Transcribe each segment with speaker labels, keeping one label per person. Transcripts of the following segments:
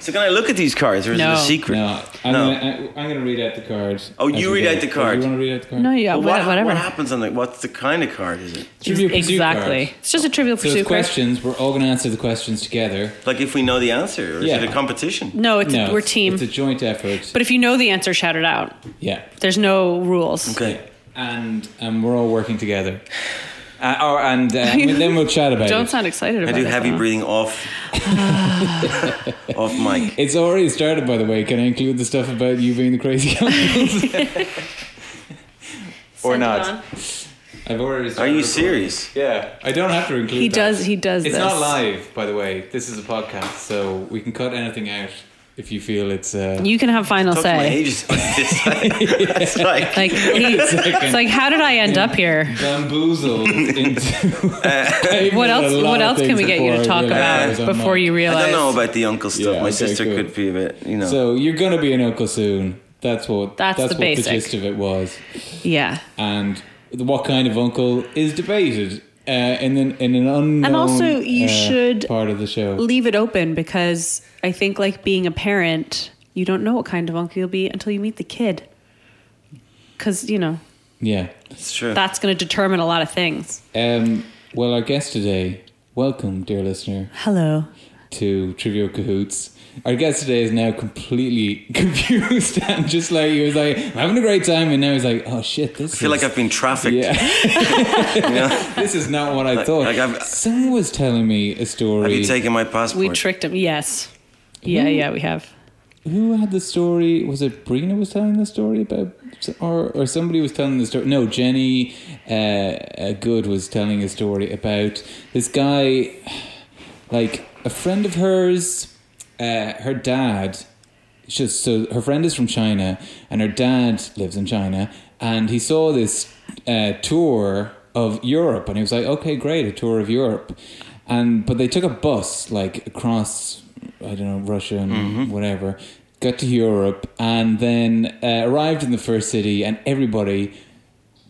Speaker 1: So can I look at these cards, or is
Speaker 2: No.
Speaker 1: it a secret?
Speaker 3: No, Uh, I'm
Speaker 1: No.
Speaker 3: gonna I, I'm gonna read out the cards.
Speaker 1: Oh,
Speaker 3: as
Speaker 1: you
Speaker 3: we
Speaker 1: read
Speaker 3: go.
Speaker 1: out the
Speaker 3: Oh,
Speaker 1: card.
Speaker 3: You want to read out the card?
Speaker 2: No, yeah,
Speaker 1: But
Speaker 2: wha-
Speaker 1: what,
Speaker 2: whatever.
Speaker 1: what happens on the? What's the kind of card? Is it
Speaker 3: Trivia Pursuit
Speaker 2: exactly.
Speaker 3: cards.
Speaker 2: It's just a trivial
Speaker 3: So
Speaker 2: pursuit
Speaker 3: the
Speaker 2: card.
Speaker 3: questions. We're all gonna answer the questions together.
Speaker 1: like if we know the answer, or
Speaker 3: Yeah.
Speaker 1: is it a competition?
Speaker 2: No, it's
Speaker 3: no,
Speaker 2: we're
Speaker 3: it's-
Speaker 2: team.
Speaker 3: It's a joint effort.
Speaker 2: but if you know the answer, shout it out.
Speaker 3: yeah.
Speaker 2: There's no rules.
Speaker 1: Okay.
Speaker 3: and and we're all working together. Uh, or, and uh, we- then we'll chat about
Speaker 2: Don't
Speaker 3: it.
Speaker 2: sound excited
Speaker 1: I
Speaker 2: about
Speaker 1: do
Speaker 2: it,
Speaker 1: heavy
Speaker 3: uh-huh.
Speaker 2: though.
Speaker 1: breathing off, off mic.
Speaker 3: it's already started, by the way. Can I include the stuff about you being the crazy uncle? or
Speaker 2: Send it
Speaker 3: not?
Speaker 2: on.
Speaker 3: I've already.
Speaker 1: Are
Speaker 3: started
Speaker 1: you
Speaker 3: recording.
Speaker 1: serious?
Speaker 3: Yeah, I don't have to include.
Speaker 2: He
Speaker 3: that.
Speaker 2: does. He does.
Speaker 3: It's
Speaker 2: this.
Speaker 3: not live, by the way. This is a podcast, so we can cut anything out if you feel it's. Uh,
Speaker 2: You can have final
Speaker 1: Talk to my
Speaker 2: say.
Speaker 1: agent about this. it's like,
Speaker 2: Like he, it's like, how did I end up here?
Speaker 3: Bamboozled into.
Speaker 2: What else? What else can we get you to talk about before you
Speaker 1: I
Speaker 2: realize?
Speaker 1: don't know about the uncle stuff.
Speaker 3: Yeah,
Speaker 1: my
Speaker 3: okay,
Speaker 1: sister
Speaker 3: cool.
Speaker 1: could be a bit, you know.
Speaker 3: So you're gonna be an uncle soon. That's what.
Speaker 2: That's
Speaker 3: that's
Speaker 2: the
Speaker 3: what
Speaker 2: basic.
Speaker 3: the gist of it was.
Speaker 2: Yeah,
Speaker 3: and what kind of uncle is debated uh, in an in an unknown
Speaker 2: And also, you
Speaker 3: uh,
Speaker 2: should-
Speaker 3: part of the show.
Speaker 2: leave it open because I think like being a parent, you don't know what kind of uncle you'll be until you meet the kid. Because you know
Speaker 3: Yeah.
Speaker 1: it's true.
Speaker 2: that's going to determine a lot of things.
Speaker 3: Um, well, our guest today, welcome, dear listener,
Speaker 2: Hello.
Speaker 3: to Trivial Cahoots. Our guest today is now completely confused and just like he was like I'm having a great time, and now he's like, oh shit, this.
Speaker 1: I feel like I've been trafficked.
Speaker 3: yeah. this is not what I thought.
Speaker 1: like I've-
Speaker 3: Someone was telling me a
Speaker 1: Have
Speaker 3: story.
Speaker 1: you taken my passport?
Speaker 2: We tricked him. Yes. Yeah,
Speaker 3: Who-
Speaker 2: yeah, we have.
Speaker 3: Who had the story? Was it Brina was telling the story about, or or somebody was telling the story? No, Jenny uh, uh, Good was telling a story about this guy, like a friend of hers. Uh, her dad, just so her friend is from China, and her dad lives in China, and he saw this uh, tour of Europe, and he was like, "Okay, great, a tour of Europe," and but they took a bus like across I don't know, Russia and whatever. Got to Europe and then uh, arrived in the first city, and everybody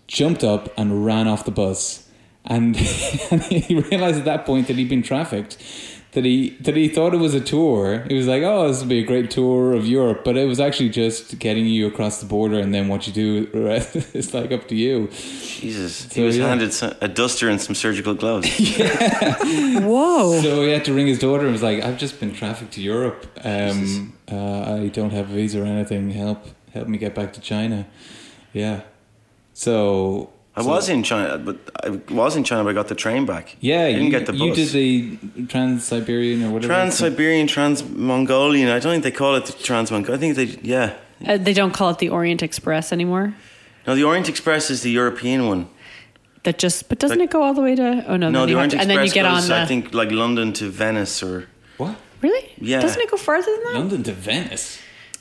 Speaker 3: jumped up and ran off the bus. And he realized at that point that he'd been trafficked. That he that he thought it was a tour. He was like, "Oh, this will be a great tour of Europe," but it was actually just getting you across the border, and then what you do with the rest is like up to you.
Speaker 1: Jesus.
Speaker 3: So,
Speaker 1: He was
Speaker 3: yeah.
Speaker 1: handed so- a duster and some surgical gloves.
Speaker 2: Whoa.
Speaker 3: So he had to ring his daughter and was like, "I've just been trafficked to Europe. Um, uh, I don't have a visa or anything. Help, help me get back to China." Yeah. So
Speaker 1: I
Speaker 3: so-
Speaker 1: was in China, but I was in China, but I got the train back.
Speaker 3: Yeah,
Speaker 1: I didn't
Speaker 3: you,
Speaker 1: get the bus.
Speaker 3: you did the Trans Siberian or whatever.
Speaker 1: Trans
Speaker 3: it's called.
Speaker 1: Siberian, Trans Mongolian. I don't think they call it the Trans Mongolian. I think they, yeah.
Speaker 2: Uh, they don't call it the Orient Express anymore.
Speaker 1: No, the Orient Express is the European one.
Speaker 2: That just, but doesn't
Speaker 1: Like-
Speaker 2: it go all the way to? Oh
Speaker 1: No, the
Speaker 2: no, then you
Speaker 1: Orient
Speaker 2: have to, and
Speaker 1: Express
Speaker 2: then you get on
Speaker 1: goes,
Speaker 2: the.
Speaker 1: I think, like London to Venice or.
Speaker 3: What?
Speaker 2: really?
Speaker 1: Yeah.
Speaker 2: Doesn't it go farther than that?
Speaker 3: London to Venice.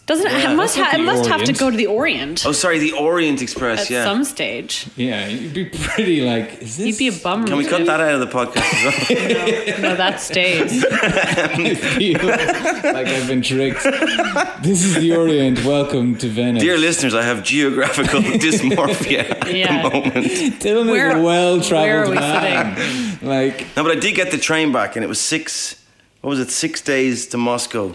Speaker 2: Doesn't it?
Speaker 1: Yeah,
Speaker 2: it must
Speaker 3: that's
Speaker 2: ha- it
Speaker 3: not the
Speaker 2: must have
Speaker 3: Orient.
Speaker 2: to go to the Orient
Speaker 1: Oh, sorry, the Orient Express,
Speaker 2: at
Speaker 1: yeah.
Speaker 2: some stage.
Speaker 3: Yeah, you'd be pretty like. Is
Speaker 2: You'd
Speaker 3: this?
Speaker 2: be a bum.
Speaker 1: Can we cut that out of the podcast as well?
Speaker 2: No, that stays.
Speaker 3: feel like I've been tricked. This is the Orient. Welcome to Venice.
Speaker 1: Dear listeners, I have geographical dysmorphia at
Speaker 2: Yeah.
Speaker 1: the moment.
Speaker 3: Dylan is
Speaker 2: Where-
Speaker 3: a
Speaker 2: where are
Speaker 3: well-traveled
Speaker 2: we
Speaker 3: man. Like
Speaker 1: No, but I did get the train back, and it was six. What was it? Six days to Moscow.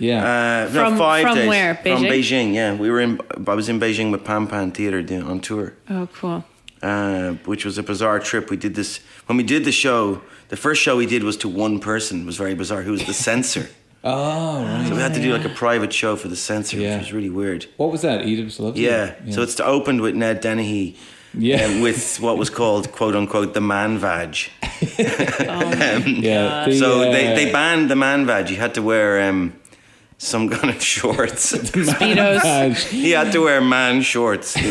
Speaker 3: yeah,
Speaker 1: Uh, no,
Speaker 2: From-
Speaker 1: five
Speaker 2: from
Speaker 1: days.
Speaker 2: where?
Speaker 1: From
Speaker 2: Beijing?
Speaker 1: Beijing. Yeah, we were in. I was in Beijing with Pan Pan Theater doing, on tour,
Speaker 2: Oh, cool.
Speaker 1: uh, which was a bizarre trip. We did this when we did the show. The first show we did was to one person. It was very bizarre. Who was the censor?
Speaker 3: oh right.
Speaker 1: So we had to do like a private show for the censor,
Speaker 3: Yeah.
Speaker 1: which was really weird.
Speaker 3: What was that? Oedipus Lovely.
Speaker 1: Yeah. So it's opened with Ned Dennehy.
Speaker 3: Yeah.
Speaker 1: um, with what was called "quote unquote" the man vag.
Speaker 3: yeah. the,
Speaker 1: So
Speaker 3: uh,
Speaker 1: they, they banned the man vag. You had to wear um, some kind of shorts.
Speaker 2: Speedos.
Speaker 3: Vaj-
Speaker 1: he had to wear man shorts.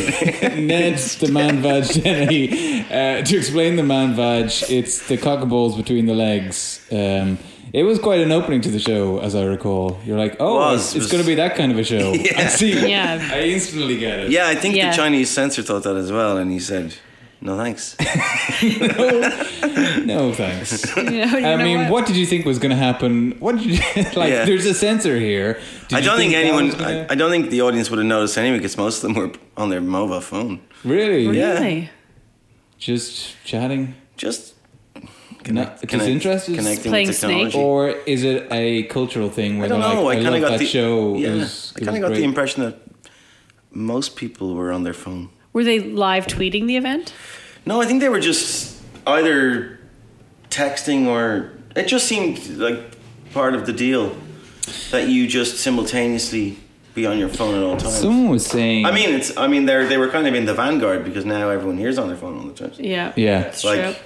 Speaker 3: Ned the man vag Jenny. Uh, to explain the man vag, it's the cock and balls between the legs. Um, it was quite an opening to the show, as I recall. You're like, oh,
Speaker 1: Was,
Speaker 3: it's,
Speaker 1: was-
Speaker 3: going to be that kind of a show. I see.
Speaker 2: Yeah.
Speaker 3: I instantly get it.
Speaker 1: yeah, I think
Speaker 2: Yeah.
Speaker 1: the Chinese censor thought that as well, and he said, "No thanks."
Speaker 3: No thanks.
Speaker 2: You know, you
Speaker 3: I
Speaker 2: know
Speaker 3: mean, what? did you think was going to happen? What did you like?
Speaker 1: Yeah.
Speaker 3: There's a censor here. Did
Speaker 1: I
Speaker 3: you
Speaker 1: don't think,
Speaker 3: that
Speaker 1: anyone.
Speaker 3: was gonna-
Speaker 1: I, I don't think the audience would have noticed anyway, because most of them were on their mobile phone,
Speaker 3: really?
Speaker 1: Yeah.
Speaker 2: Really?
Speaker 3: Just chatting.
Speaker 1: just Connect-
Speaker 3: just
Speaker 1: connect-
Speaker 3: interested?
Speaker 1: Connecting
Speaker 2: Playing
Speaker 1: with technology.
Speaker 2: Snake?
Speaker 3: Or is it a cultural thing where
Speaker 1: I don't
Speaker 3: they're
Speaker 1: know.
Speaker 3: like,
Speaker 1: I
Speaker 3: I,
Speaker 1: kind of
Speaker 3: love
Speaker 1: got
Speaker 3: that
Speaker 1: the
Speaker 3: show.
Speaker 1: Yeah,
Speaker 3: it was,
Speaker 1: I
Speaker 3: it
Speaker 1: kind
Speaker 3: was
Speaker 1: of got
Speaker 3: great.
Speaker 1: the impression that most people were on their phone.
Speaker 2: Were they live tweeting the event?
Speaker 1: No, I think they were just either texting or it just seemed like part of the deal that you just simultaneously be on your phone at all times.
Speaker 3: Someone was saying.
Speaker 1: I mean, it's I mean they are they were kind of in the vanguard because now everyone here's on their phone all the time.
Speaker 2: Yeah.
Speaker 3: Yeah.
Speaker 2: That's
Speaker 1: Like-
Speaker 2: true.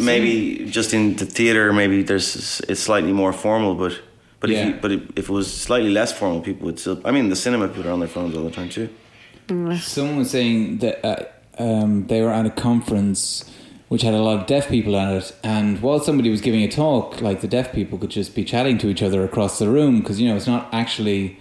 Speaker 1: Maybe just in the theater, maybe there's it's slightly more formal, but but
Speaker 3: Yeah.
Speaker 1: if you, but if if it was slightly less formal, people would still. I mean, the cinema people are on their phones all the time too.
Speaker 3: Someone was saying that uh, um, they were at a conference which had a lot of deaf people at it, and while somebody was giving a talk, like the deaf people could just be chatting to each other across the room because you know it's not actually,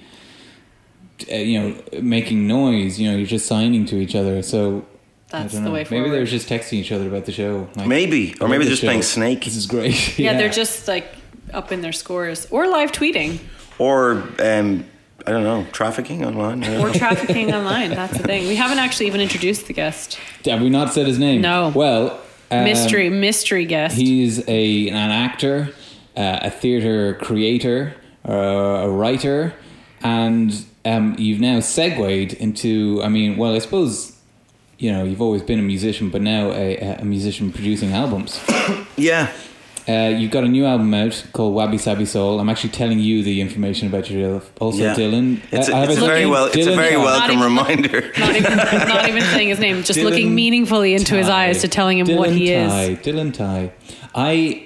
Speaker 3: uh, you know, making noise. You know, you're just signing to each other. So I
Speaker 2: That's
Speaker 3: don't
Speaker 2: the
Speaker 3: know.
Speaker 2: way
Speaker 3: Maybe they
Speaker 2: forward.
Speaker 3: were just texting each other about the show. like,
Speaker 1: Maybe or maybe
Speaker 3: "I love
Speaker 1: they're
Speaker 3: this
Speaker 1: just playing
Speaker 3: show.
Speaker 1: Snake
Speaker 3: This is great.
Speaker 2: yeah, they're just like up in their scores or live tweeting
Speaker 1: or um, I don't know trafficking online. I don't
Speaker 2: or
Speaker 1: know.
Speaker 2: trafficking online. That's the thing. We haven't actually even introduced the guest.
Speaker 3: Have we not said his name?
Speaker 2: No.
Speaker 3: Well, um,
Speaker 2: Mystery, mystery guest.
Speaker 3: He's a an actor, uh, a theater creator, uh, a writer, and um, you've now segued into. I mean, well, I suppose you know you've always been a musician, but now a, a musician producing albums.
Speaker 1: yeah,
Speaker 3: Uh, you've got a new album out called Wabi Sabi Soul. I'm actually telling you the information about yourself. Also,
Speaker 1: yeah.
Speaker 3: Dylan.
Speaker 1: It's
Speaker 3: I
Speaker 1: a,
Speaker 3: have
Speaker 1: it's a
Speaker 2: a
Speaker 1: very
Speaker 2: looking-
Speaker 1: well. It's a
Speaker 3: Dylan
Speaker 1: very
Speaker 3: John.
Speaker 1: welcome
Speaker 2: Not even-
Speaker 1: reminder.
Speaker 2: not even, not even saying his name, just
Speaker 3: Dylan
Speaker 2: looking meaningfully into his
Speaker 3: Ty.
Speaker 2: eyes to telling him what
Speaker 3: Dylan
Speaker 2: he
Speaker 3: Ty,
Speaker 2: is.
Speaker 3: Dylan Ty. I.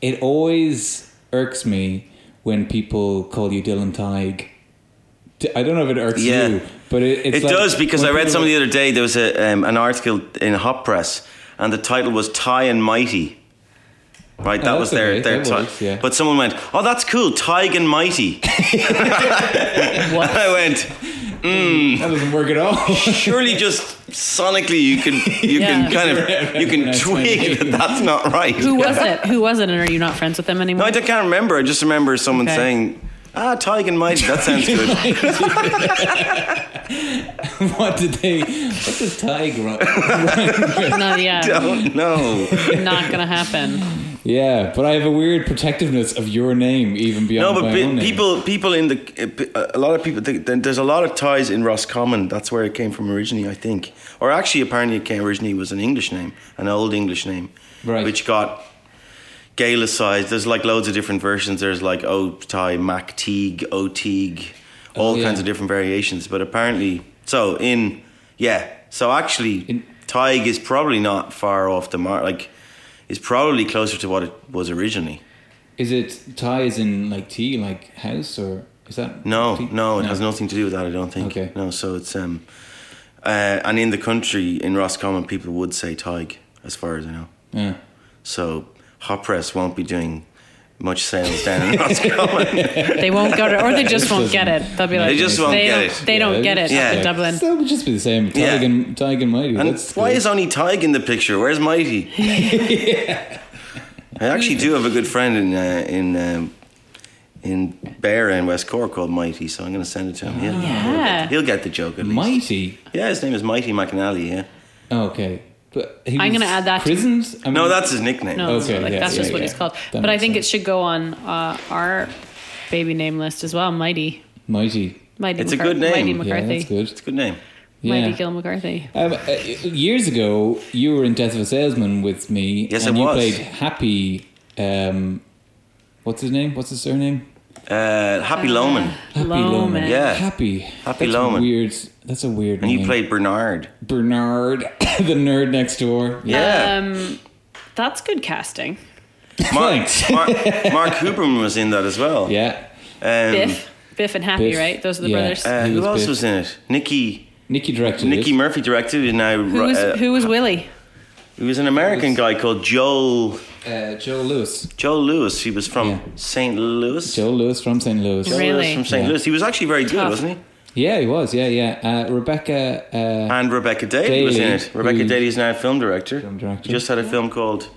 Speaker 3: It always irks me when people call you Dylan Tig. D- I don't know if it irks
Speaker 1: Yeah.
Speaker 3: you, but it, it's
Speaker 1: It
Speaker 3: like-
Speaker 1: does because
Speaker 3: when
Speaker 1: I read
Speaker 3: people-
Speaker 1: something the other day. There was a, um, an article in Hot Press, and the title was "Tie and Mighty." Right, that
Speaker 3: Oh, that's
Speaker 1: was their
Speaker 3: okay,
Speaker 1: their
Speaker 3: that
Speaker 1: ti-
Speaker 3: works, yeah.
Speaker 1: But someone went, "Oh, that's cool, Tig and Mighty." And I went,
Speaker 3: That doesn't work at all.
Speaker 1: "Surely, just sonically, you can you
Speaker 2: Yeah.
Speaker 1: can kind of you can
Speaker 3: That's
Speaker 1: tweak
Speaker 3: funny.
Speaker 1: that that's not right."
Speaker 2: Who was it? Who was it? And are you not friends with them anymore?
Speaker 1: No, I can't remember. I just remember someone
Speaker 2: Okay.
Speaker 1: saying, "Ah, Tig and Mighty." That sounds good.
Speaker 3: what did they? What does Tig run?
Speaker 2: No, yeah,
Speaker 1: don't know.
Speaker 2: not gonna happen.
Speaker 3: yeah, but I have a weird protectiveness of your name, even
Speaker 1: No,
Speaker 3: beyond
Speaker 1: but
Speaker 3: my own
Speaker 1: pe-
Speaker 3: name.
Speaker 1: people, people in the eh, a lot of people. think- There's a lot of ties in Roscommon. That's where it came from originally, I think. Or actually, apparently, it came originally was an English name, an old English name,
Speaker 3: Right.
Speaker 1: which got Gaelicized. There's like loads of different versions. There's like O Tie, Mac Teague, O Teague, all
Speaker 3: Oh, yeah.
Speaker 1: kinds of different variations. But apparently, so in yeah, so actually,
Speaker 3: In-
Speaker 1: Tig is probably not far off the mark. Like, it's probably closer to what it was originally.
Speaker 3: Is it Ty as in like tea, like house, or is that
Speaker 1: No,
Speaker 3: tea?
Speaker 1: no, it has nothing to do with that. I don't think.
Speaker 3: Okay.
Speaker 1: No, so it's um, uh, and in the country in Roscommon, people would say Tig, as far as I know.
Speaker 3: Yeah.
Speaker 1: So Hot Press won't be doing much sales down in Roscommon.
Speaker 2: They won't get it, or they just won't get it. They'll be like,
Speaker 1: They just won't
Speaker 2: they
Speaker 1: get
Speaker 2: don't,
Speaker 1: it.
Speaker 2: They don't
Speaker 3: Yeah,
Speaker 2: get it
Speaker 3: it's
Speaker 2: up
Speaker 1: Yeah.
Speaker 2: in Dublin.
Speaker 3: So it would just be the same. Tig
Speaker 1: Yeah.
Speaker 3: and Tig and Mighty.
Speaker 1: and
Speaker 3: that's
Speaker 1: why
Speaker 3: good.
Speaker 1: is only Tig in the picture? Where's Mighty? I actually do have a good friend in uh, in um, in Bear in West Cork called Mighty, so I'm going to send it to him. He'll,
Speaker 2: Yeah.
Speaker 1: he'll get the joke at least.
Speaker 3: Mighty.
Speaker 1: Yeah, his name is Mighty McNally. Yeah.
Speaker 3: Oh, okay. But he
Speaker 2: I'm
Speaker 3: was
Speaker 2: gonna add that to-
Speaker 3: Prisons? I mean,
Speaker 1: No, that's his nickname.
Speaker 2: No,
Speaker 3: Okay,
Speaker 2: like,
Speaker 3: yeah,
Speaker 2: that's
Speaker 3: yeah,
Speaker 2: just what
Speaker 3: yeah.
Speaker 2: it's called.
Speaker 3: That
Speaker 2: but I
Speaker 3: makes
Speaker 2: think
Speaker 3: sense.
Speaker 2: it should go on uh, our baby name list as well. Mighty,
Speaker 3: mighty.
Speaker 2: Mighty.
Speaker 1: It's a
Speaker 2: McCar-
Speaker 1: good name.
Speaker 2: Mighty
Speaker 1: Yeah,
Speaker 3: Yeah,
Speaker 2: McCarthy.
Speaker 3: that's
Speaker 1: It's
Speaker 3: good.
Speaker 1: a good name.
Speaker 2: Mighty
Speaker 3: Yeah.
Speaker 2: Gil McCarthy.
Speaker 3: Um, uh, years ago, you were in Death of a Salesman with me.
Speaker 1: Yes,
Speaker 3: and
Speaker 1: I was.
Speaker 3: You played Happy. Um, what's his name? What's his surname?
Speaker 1: Uh, Happy Loman.
Speaker 3: Happy
Speaker 2: Loman.
Speaker 1: Yeah.
Speaker 3: Happy.
Speaker 1: Happy
Speaker 3: That's
Speaker 1: Loman.
Speaker 3: Weird. That's a weird
Speaker 1: And
Speaker 3: name.
Speaker 1: you played Bernard.
Speaker 3: Bernard, the nerd next door.
Speaker 1: Yeah.
Speaker 2: Um, that's good casting.
Speaker 1: Mark,
Speaker 3: Thanks.
Speaker 1: Mark, Mark Huberman was in that as well.
Speaker 3: Yeah.
Speaker 1: Um,
Speaker 2: Biff, Biff, and Happy,
Speaker 3: Biff,
Speaker 2: right? Those are the
Speaker 3: yeah.
Speaker 2: brothers.
Speaker 1: uh,
Speaker 3: He
Speaker 1: who
Speaker 3: was
Speaker 1: else
Speaker 3: Biff.
Speaker 1: was in it? Nikki.
Speaker 3: Nikki directed
Speaker 1: Nikki
Speaker 3: it.
Speaker 1: Murphy directed it, and I.
Speaker 2: who was who was Willie?
Speaker 1: He was an American guy called Joel
Speaker 3: uh, Joe Lewis.
Speaker 1: Joel Lewis. He was from
Speaker 3: Yeah.
Speaker 1: St. Louis.
Speaker 3: Joe Lewis from St. Louis.
Speaker 1: Joel Lewis
Speaker 2: Really?
Speaker 1: from St.
Speaker 3: Yeah.
Speaker 1: Louis. He was actually very good,
Speaker 2: Tough.
Speaker 1: wasn't he?
Speaker 3: Yeah, he was. Yeah, yeah. Uh, Rebecca. Uh,
Speaker 1: And Rebecca Daly, was in
Speaker 3: Daly,
Speaker 1: it. Rebecca
Speaker 3: who-
Speaker 1: Daly is now a film director.
Speaker 3: Film director.
Speaker 1: Just had a film called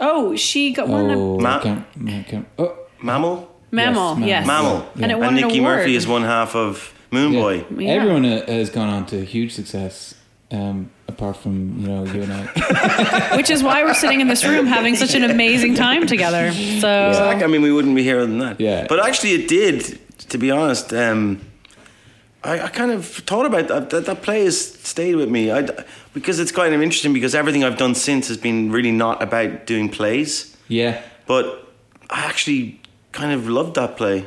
Speaker 2: Oh, she got one
Speaker 3: oh,
Speaker 2: of
Speaker 1: Ma-
Speaker 3: I can't, I can't, oh,
Speaker 1: Mammal.
Speaker 2: Mammal.
Speaker 3: Yes,
Speaker 2: Yes,
Speaker 3: Mammal.
Speaker 1: Mammal.
Speaker 3: Yeah.
Speaker 2: And it won an
Speaker 1: Nikki
Speaker 2: award.
Speaker 1: Murphy is one half of Moon Boy.
Speaker 2: Yeah.
Speaker 3: Everyone uh, has gone on to huge success. Um, apart from you know you and I,
Speaker 2: Which is why we're sitting in this room having such an amazing time together. So
Speaker 1: Exactly. I mean, we wouldn't be here other than that.
Speaker 3: Yeah.
Speaker 1: But actually, it did. To be honest, um, I, I kind of thought about that. That, that play has stayed with me. I, because it's kind of interesting. Because everything I've done since has been really not about doing plays,
Speaker 3: yeah,
Speaker 1: but I actually kind of loved that play.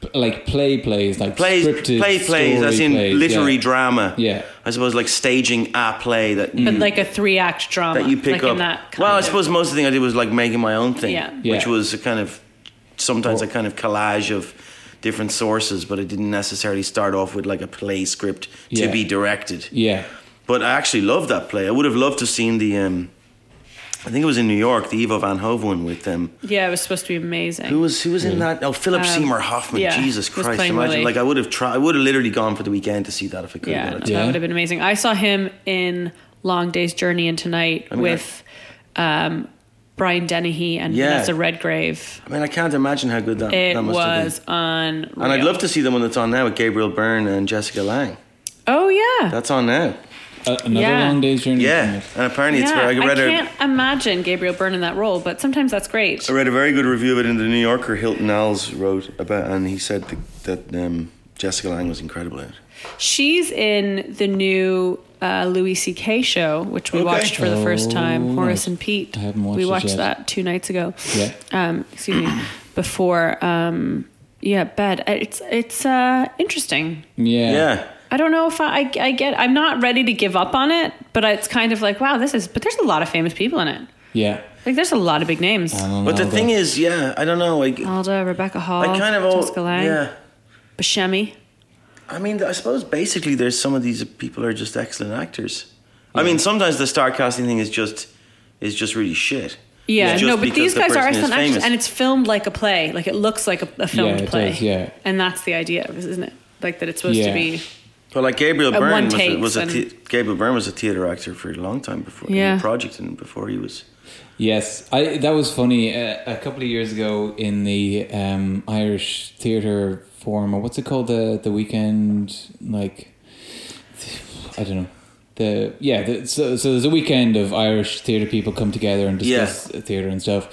Speaker 3: P- like play plays, like
Speaker 1: Plays,
Speaker 3: scripted
Speaker 1: play plays,
Speaker 3: story
Speaker 1: as in
Speaker 3: plays,
Speaker 1: literary
Speaker 3: yeah.
Speaker 1: drama.
Speaker 3: Yeah. Mm.
Speaker 1: I suppose like staging a play that
Speaker 2: but
Speaker 1: you,
Speaker 2: like a three act drama
Speaker 1: that you pick
Speaker 2: Uh-huh. like
Speaker 1: up.
Speaker 2: In that kind
Speaker 1: well, I
Speaker 2: of-
Speaker 1: suppose most of the thing I did was like making my own thing,
Speaker 2: Yeah.
Speaker 3: Yeah.
Speaker 1: which was a kind of sometimes a kind of collage of different sources, but I didn't necessarily start off with like a play script
Speaker 3: Yeah.
Speaker 1: to be directed.
Speaker 3: Yeah,
Speaker 1: But I actually loved that play. I would have loved to have seen the. Um, I think it was in New York, the Evo Van Hove one with um, them.
Speaker 2: yeah, it was supposed to be amazing.
Speaker 1: Who was who was in that? Oh, Philip Seymour Hoffman.
Speaker 2: Um, yeah,
Speaker 1: Jesus
Speaker 2: was
Speaker 1: Christ!
Speaker 2: playing
Speaker 1: Imagine,
Speaker 2: Willie.
Speaker 1: like I would have tried. I would have literally gone for the weekend to see that if I could.
Speaker 2: yeah,
Speaker 1: have got it.
Speaker 2: that
Speaker 3: Yeah.
Speaker 2: would have been amazing. I saw him in Long Day's Journey into Night
Speaker 1: mean,
Speaker 2: with um, Brian Dennehy and
Speaker 1: Yeah.
Speaker 2: Vanessa Redgrave.
Speaker 1: I mean, I can't imagine how good that,
Speaker 2: It
Speaker 1: that must have been.
Speaker 2: was unreal.
Speaker 1: And I'd love to see the one that's on now with Gabriel Byrne and Jessica Lang.
Speaker 2: Oh yeah,
Speaker 1: That's on now.
Speaker 3: A- another
Speaker 2: Yeah.
Speaker 3: long day's journey.
Speaker 1: Yeah, and apparently it's
Speaker 2: yeah.
Speaker 1: very. I read
Speaker 2: I
Speaker 1: a,
Speaker 2: can't imagine Gabriel Byrne in that role, but sometimes that's great.
Speaker 1: I read a very good review of it in the New Yorker. Hilton Alls wrote about, and he said that, that um, Jessica Lang was incredible in it.
Speaker 2: She's in the new uh, Louis C.K. show, which we
Speaker 1: Okay.
Speaker 2: watched for the first time,
Speaker 3: Oh,
Speaker 2: Horace
Speaker 3: nice.
Speaker 2: and Pete.
Speaker 3: I haven't watched
Speaker 2: we
Speaker 3: it
Speaker 2: watched
Speaker 3: yet.
Speaker 2: that two nights ago.
Speaker 3: Yeah.
Speaker 2: Um, excuse me. Before, um, yeah, bed. It's it's uh, interesting.
Speaker 3: yeah,
Speaker 1: Yeah,
Speaker 2: I don't know if I, I I get. I'm not ready to give up on it, but it's kind of like wow, this is. But there's a lot of famous people in it.
Speaker 3: yeah.
Speaker 2: Like there's a lot of big names.
Speaker 1: but the thing is, yeah, I don't know. I,
Speaker 2: Alda, Rebecca Hall,
Speaker 1: I kind of all,
Speaker 2: Oh, Jessica Lange,
Speaker 1: yeah.
Speaker 2: Buscemi.
Speaker 1: I mean, I suppose basically there's some of these people are just excellent actors. I mean, sometimes the star casting thing is just is just really shit.
Speaker 2: Yeah,
Speaker 1: It's
Speaker 2: no,
Speaker 1: just
Speaker 2: but
Speaker 1: because
Speaker 2: these
Speaker 1: the
Speaker 2: guys are
Speaker 1: person is
Speaker 2: excellent actors,
Speaker 1: famous.
Speaker 2: and it's filmed like a play. Like it looks like a, a filmed
Speaker 3: Yeah, it
Speaker 2: play.
Speaker 3: does, yeah.
Speaker 2: and that's the idea, of it, isn't it? Like that it's supposed
Speaker 3: Yeah.
Speaker 2: to be.
Speaker 1: But like Gabriel
Speaker 2: At
Speaker 1: Byrne
Speaker 2: one
Speaker 1: was, a,
Speaker 2: take,
Speaker 1: was a
Speaker 2: then-
Speaker 1: the, Gabriel Byrne was a theater actor for a long time before in
Speaker 2: Yeah.
Speaker 1: the project and before he was.
Speaker 3: Yes, I that was funny. Uh, a couple of years ago in the um, Irish theatre forum, or what's it called, the the weekend, like I don't know. The yeah, the, so so there's a weekend of Irish theatre people come together and discuss theatre and stuff,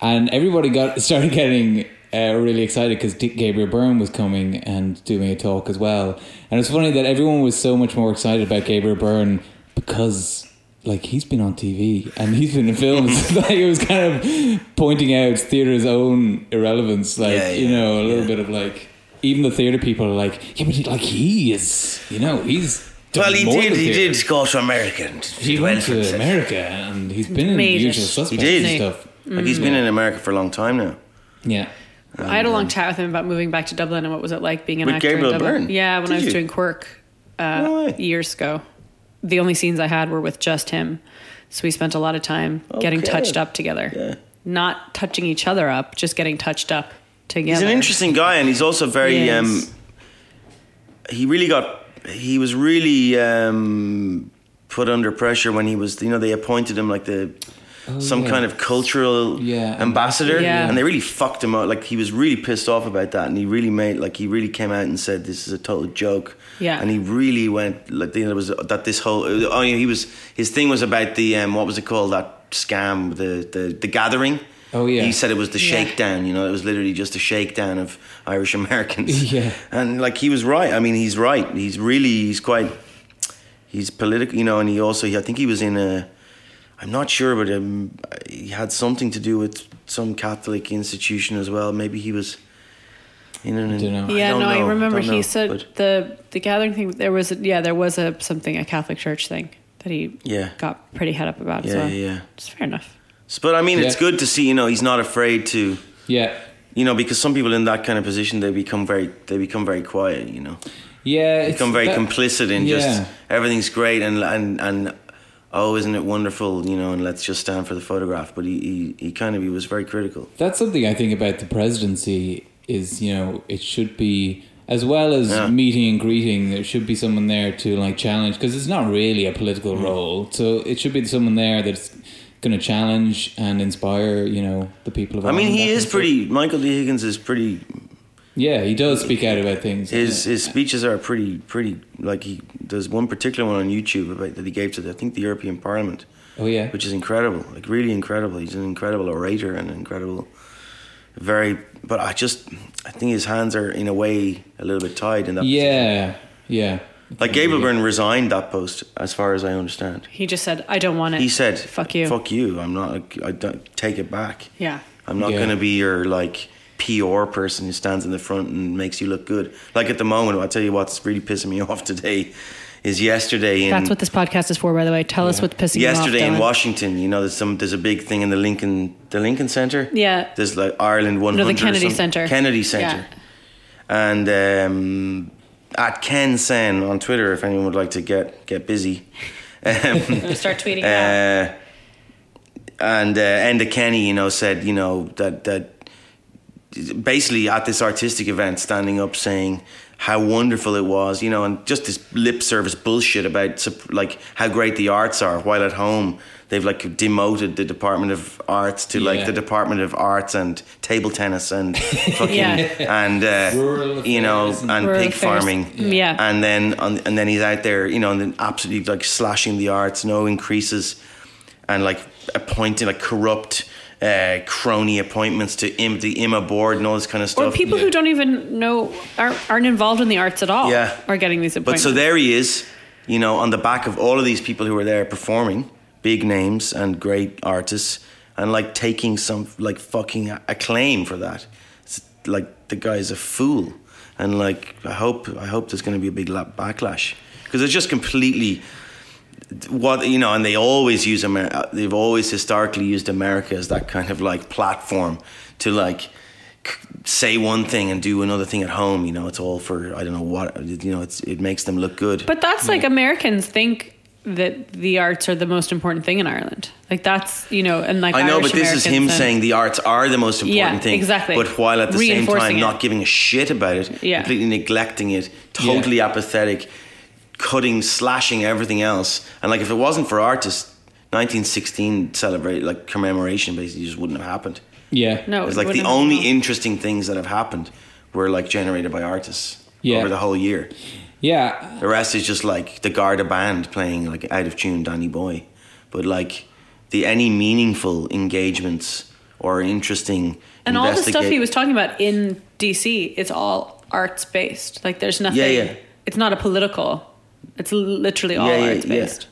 Speaker 3: and everybody got started getting. Uh, really excited because Gabriel Byrne was coming and doing a talk as well, and it's funny that everyone was so much more excited about Gabriel Byrne because like he's been on TV and he's been in films. like it was kind of pointing out theater's own irrelevance. Like
Speaker 1: Yeah,
Speaker 3: you
Speaker 1: yeah,
Speaker 3: know, a little
Speaker 1: yeah.
Speaker 3: bit of like even the theater people are like, yeah, but he, like he is, you know, he's done
Speaker 1: Well, he
Speaker 3: more
Speaker 1: did.
Speaker 3: than
Speaker 1: He
Speaker 3: theater.
Speaker 1: did go to America. And
Speaker 3: He went to America and he's been in the
Speaker 2: Made it.
Speaker 3: usual suspects
Speaker 1: He did.
Speaker 3: and stuff.
Speaker 1: Like he's been in America for a long time now.
Speaker 3: Yeah,
Speaker 2: I had a long chat with him about moving back to Dublin and what was it like being an
Speaker 1: With
Speaker 2: actor
Speaker 1: Gabriel
Speaker 2: in Dublin.
Speaker 1: Byrne?
Speaker 2: Yeah, when
Speaker 1: Did
Speaker 2: I was
Speaker 1: you?
Speaker 2: doing Quirk uh,
Speaker 1: No way.
Speaker 2: years ago, the only scenes I had were with just him. So we spent a lot of time getting
Speaker 1: Okay.
Speaker 2: touched up together,
Speaker 1: Yeah.
Speaker 2: not touching each other up, just getting touched up together.
Speaker 1: He's an interesting guy, and he's also very.
Speaker 2: He
Speaker 1: um,
Speaker 2: is.
Speaker 1: he really got. He was really um, put under pressure when he was. You know, they appointed him like the. some
Speaker 3: yeah.
Speaker 1: kind of cultural
Speaker 3: Yeah,
Speaker 1: ambassador,
Speaker 2: Yeah.
Speaker 1: and they really fucked him out. Like he was really pissed off about that, and he really made like he really came out and said this is a total joke.
Speaker 2: Yeah.
Speaker 1: and he really went like you know, there was that this whole. Oh, yeah, he was his thing was about the um, what was it called that scam the the the gathering.
Speaker 3: Oh, yeah.
Speaker 1: he said it was the
Speaker 2: Yeah.
Speaker 1: shakedown. You know, it was literally just a shakedown of Irish Americans.
Speaker 3: Yeah.
Speaker 1: and like he was right. I mean, he's right. He's really he's quite he's political. You know, and he also I think he was in a. I'm not sure, but um, he had something to do with some Catholic institution as well. Maybe he was in an.
Speaker 3: I dunno.
Speaker 2: Yeah,
Speaker 1: don't
Speaker 2: no,
Speaker 1: know,
Speaker 2: I remember
Speaker 1: don't
Speaker 2: he
Speaker 1: know,
Speaker 2: said
Speaker 1: but-
Speaker 2: the the gathering thing. There was a, yeah, there was a something a Catholic church thing that he
Speaker 1: Yeah.
Speaker 2: got pretty head up about. as
Speaker 1: Yeah,
Speaker 2: well.
Speaker 1: yeah, yeah.
Speaker 2: It's fair enough.
Speaker 1: S- But I mean, it's
Speaker 3: Yeah.
Speaker 1: good to see. You know, he's not afraid to.
Speaker 3: yeah,
Speaker 1: You know, because some people in that kind of position, they become very, they become very quiet. You know,
Speaker 3: yeah. It's
Speaker 1: become very
Speaker 3: that-
Speaker 1: complicit in
Speaker 3: Yeah.
Speaker 1: just everything's great and and and oh, isn't it wonderful? You know, and let's just stand for the photograph. But he he, he kind of he was very critical.
Speaker 3: That's something I think about the presidency is, you know, it should be as well as
Speaker 1: Yeah.
Speaker 3: meeting and greeting, there should be someone there to like challenge because it's not really a political
Speaker 1: Mm.
Speaker 3: role. So it should be someone there that's going to challenge and inspire, you know, the people of
Speaker 1: I mean,
Speaker 3: Ireland,
Speaker 1: he
Speaker 3: that
Speaker 1: is
Speaker 3: kind of
Speaker 1: pretty. Michael D. Higgins is pretty.
Speaker 3: stuff. Yeah, he does speak out about things.
Speaker 1: His his speeches are pretty pretty like he there's one particular one on YouTube about that he gave to the, I think the European Parliament,
Speaker 3: oh yeah,
Speaker 1: which is incredible, like really incredible. He's an incredible orator and an incredible, very. But I just I think his hands are in a way a little bit tied in that.
Speaker 3: yeah, yeah.
Speaker 1: Like Gabelburn resigned that post, as far as I understand.
Speaker 2: He just said, "I don't want it."
Speaker 1: He said,
Speaker 2: "Fuck you."
Speaker 1: fuck you." I'm not. I don't take it back.
Speaker 2: Yeah.
Speaker 1: I'm not
Speaker 3: Yeah.
Speaker 1: going to be your like PR person who stands in the front and makes you look good. Like at the moment, I'll tell you what's really pissing me off today is yesterday in
Speaker 2: That's what this podcast is for, by the way. Tell us what's pissing
Speaker 1: yesterday
Speaker 2: you off.
Speaker 1: in
Speaker 2: Dylan.
Speaker 1: Washington. You know, there's some there's a big thing in the Lincoln the Lincoln Center.
Speaker 2: Yeah.
Speaker 1: there's like Ireland 100. or
Speaker 2: Kennedy
Speaker 1: something.
Speaker 2: Center.
Speaker 1: Kennedy Center. And um, at Ken Sen on Twitter, if anyone would like to get get busy. Um,
Speaker 2: Start tweeting. out.
Speaker 1: uh, and uh, Enda Kenny, you know, said you know that that basically at this artistic event, standing up saying how wonderful it was, you know, and just this lip service bullshit about sup- like how great the arts are, while at home they've like demoted the Department of Arts to like
Speaker 3: Yeah.
Speaker 1: the Department of Arts and table tennis and fucking
Speaker 2: Yeah.
Speaker 1: and uh,
Speaker 3: Rural
Speaker 1: you know
Speaker 3: affairs and-
Speaker 1: and
Speaker 2: Rural
Speaker 1: pig
Speaker 2: affairs.
Speaker 1: farming,
Speaker 2: Yeah.
Speaker 1: and then on, and then he's out there, you know, and then absolutely like slashing the arts, no increases, and like appointing like corrupt uh, crony appointments to im- the IMA board and all this kind of
Speaker 2: or
Speaker 1: stuff.
Speaker 2: people who don't even know aren't, aren't involved in the arts at all
Speaker 1: Yeah.
Speaker 2: are getting these
Speaker 1: but
Speaker 2: appointments.
Speaker 1: so there he is, you know, on the back of all of these people who were there performing, big names and great artists, and like taking some like fucking acclaim for that. It's, like the guy's a fool, and like I hope I hope there's going to be a big la- backlash because it's just completely what you know, and they always use America. They've always historically used America as that kind of like platform to like c- say one thing and do another thing at home. You know, it's all for I don't know what. You know, it's it makes them look good.
Speaker 2: But that's like Americans think that the arts are the most important thing in Ireland. Like that's you know, and like
Speaker 1: I know,
Speaker 2: Irish
Speaker 1: but this is
Speaker 2: Americans
Speaker 1: him
Speaker 2: and-
Speaker 1: saying the arts are the most important
Speaker 2: Yeah,
Speaker 1: thing.
Speaker 2: exactly.
Speaker 1: But while at the same
Speaker 2: Reinforcing
Speaker 1: time
Speaker 2: it.
Speaker 1: not giving a shit about it,
Speaker 2: Yeah.
Speaker 1: completely neglecting it, totally apathetic, cutting, slashing everything else. And like if it wasn't for artists, 1916 celebrate like commemoration basically just wouldn't have happened.
Speaker 3: yeah.
Speaker 2: No,
Speaker 1: It's
Speaker 2: Oh, it
Speaker 1: like the
Speaker 2: wouldn't have
Speaker 1: only
Speaker 2: gone.
Speaker 1: interesting things that have happened were like generated by artists
Speaker 3: Yeah.
Speaker 1: over the whole year.
Speaker 3: yeah,
Speaker 1: The rest is just like the Garda band playing like out of tune Danny Boy, but like the any meaningful engagements or interesting
Speaker 2: and all the stuff
Speaker 1: investiga-
Speaker 2: he was talking about in DC, it's all arts based. Like there's nothing.
Speaker 1: Yeah, yeah.
Speaker 2: It's not a political. It's literally all
Speaker 1: Yeah, yeah,
Speaker 2: arts based.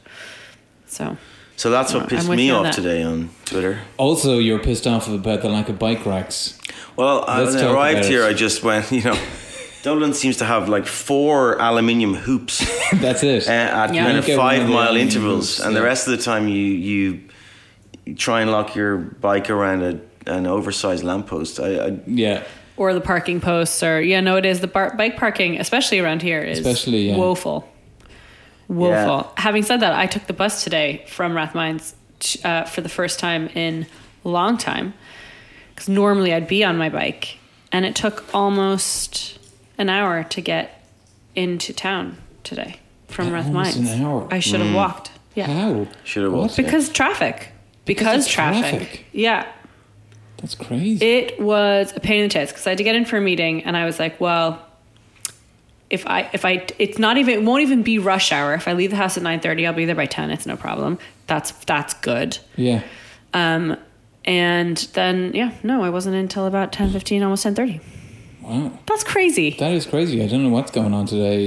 Speaker 2: So
Speaker 1: So that's what
Speaker 2: I'm
Speaker 1: pissed
Speaker 2: with
Speaker 1: me
Speaker 2: you on
Speaker 1: off
Speaker 2: that.
Speaker 1: today on Twitter.
Speaker 3: Also, you're pissed off about the lack of bike racks.
Speaker 1: Well, I-
Speaker 3: Let's
Speaker 1: when I
Speaker 3: talk
Speaker 1: arrived
Speaker 3: about
Speaker 1: here,
Speaker 3: it.
Speaker 1: I just went, you know, Dublin seems to have like four aluminium hoops uh,
Speaker 3: That's it.
Speaker 1: at
Speaker 2: Yeah.
Speaker 1: kind of
Speaker 3: You go
Speaker 1: five
Speaker 3: around the
Speaker 1: mile
Speaker 3: aluminium
Speaker 1: intervals,
Speaker 3: hoops,
Speaker 1: and the
Speaker 3: yeah.
Speaker 1: rest of the time you you you try and lock your bike around a, an oversized lamppost. I, I
Speaker 3: yeah,
Speaker 2: or the parking posts or yeah, no, it is the bar- bike parking, especially around here, is
Speaker 3: Especially, yeah.
Speaker 2: woeful. Woeful. Having said that, I took the bus today from Rathmines t- uh, for the first time in a long time because normally I'd be on my bike, and it took almost an hour to get into town today from
Speaker 3: Almost
Speaker 2: Rathmines.
Speaker 3: an hour. Hmm.
Speaker 2: I should have walked. Yeah,
Speaker 3: how?
Speaker 1: should have
Speaker 3: What?
Speaker 1: walked. in.
Speaker 2: because traffic. Because,
Speaker 3: of
Speaker 2: traffic.
Speaker 3: traffic.
Speaker 2: Yeah,
Speaker 3: That's crazy.
Speaker 2: it was a pain in the tits because I had to get in for a meeting, and I was like, well, if I if I it's not even it won't even be rush hour. If I leave the house at nine thirty, I'll be there by ten. It's no problem. That's that's good.
Speaker 3: yeah,
Speaker 2: Um, and then yeah, no, I wasn't until about ten fifteen, almost ten thirty.
Speaker 3: wow,
Speaker 2: That's crazy.
Speaker 3: that is crazy. I don't know what's going on today.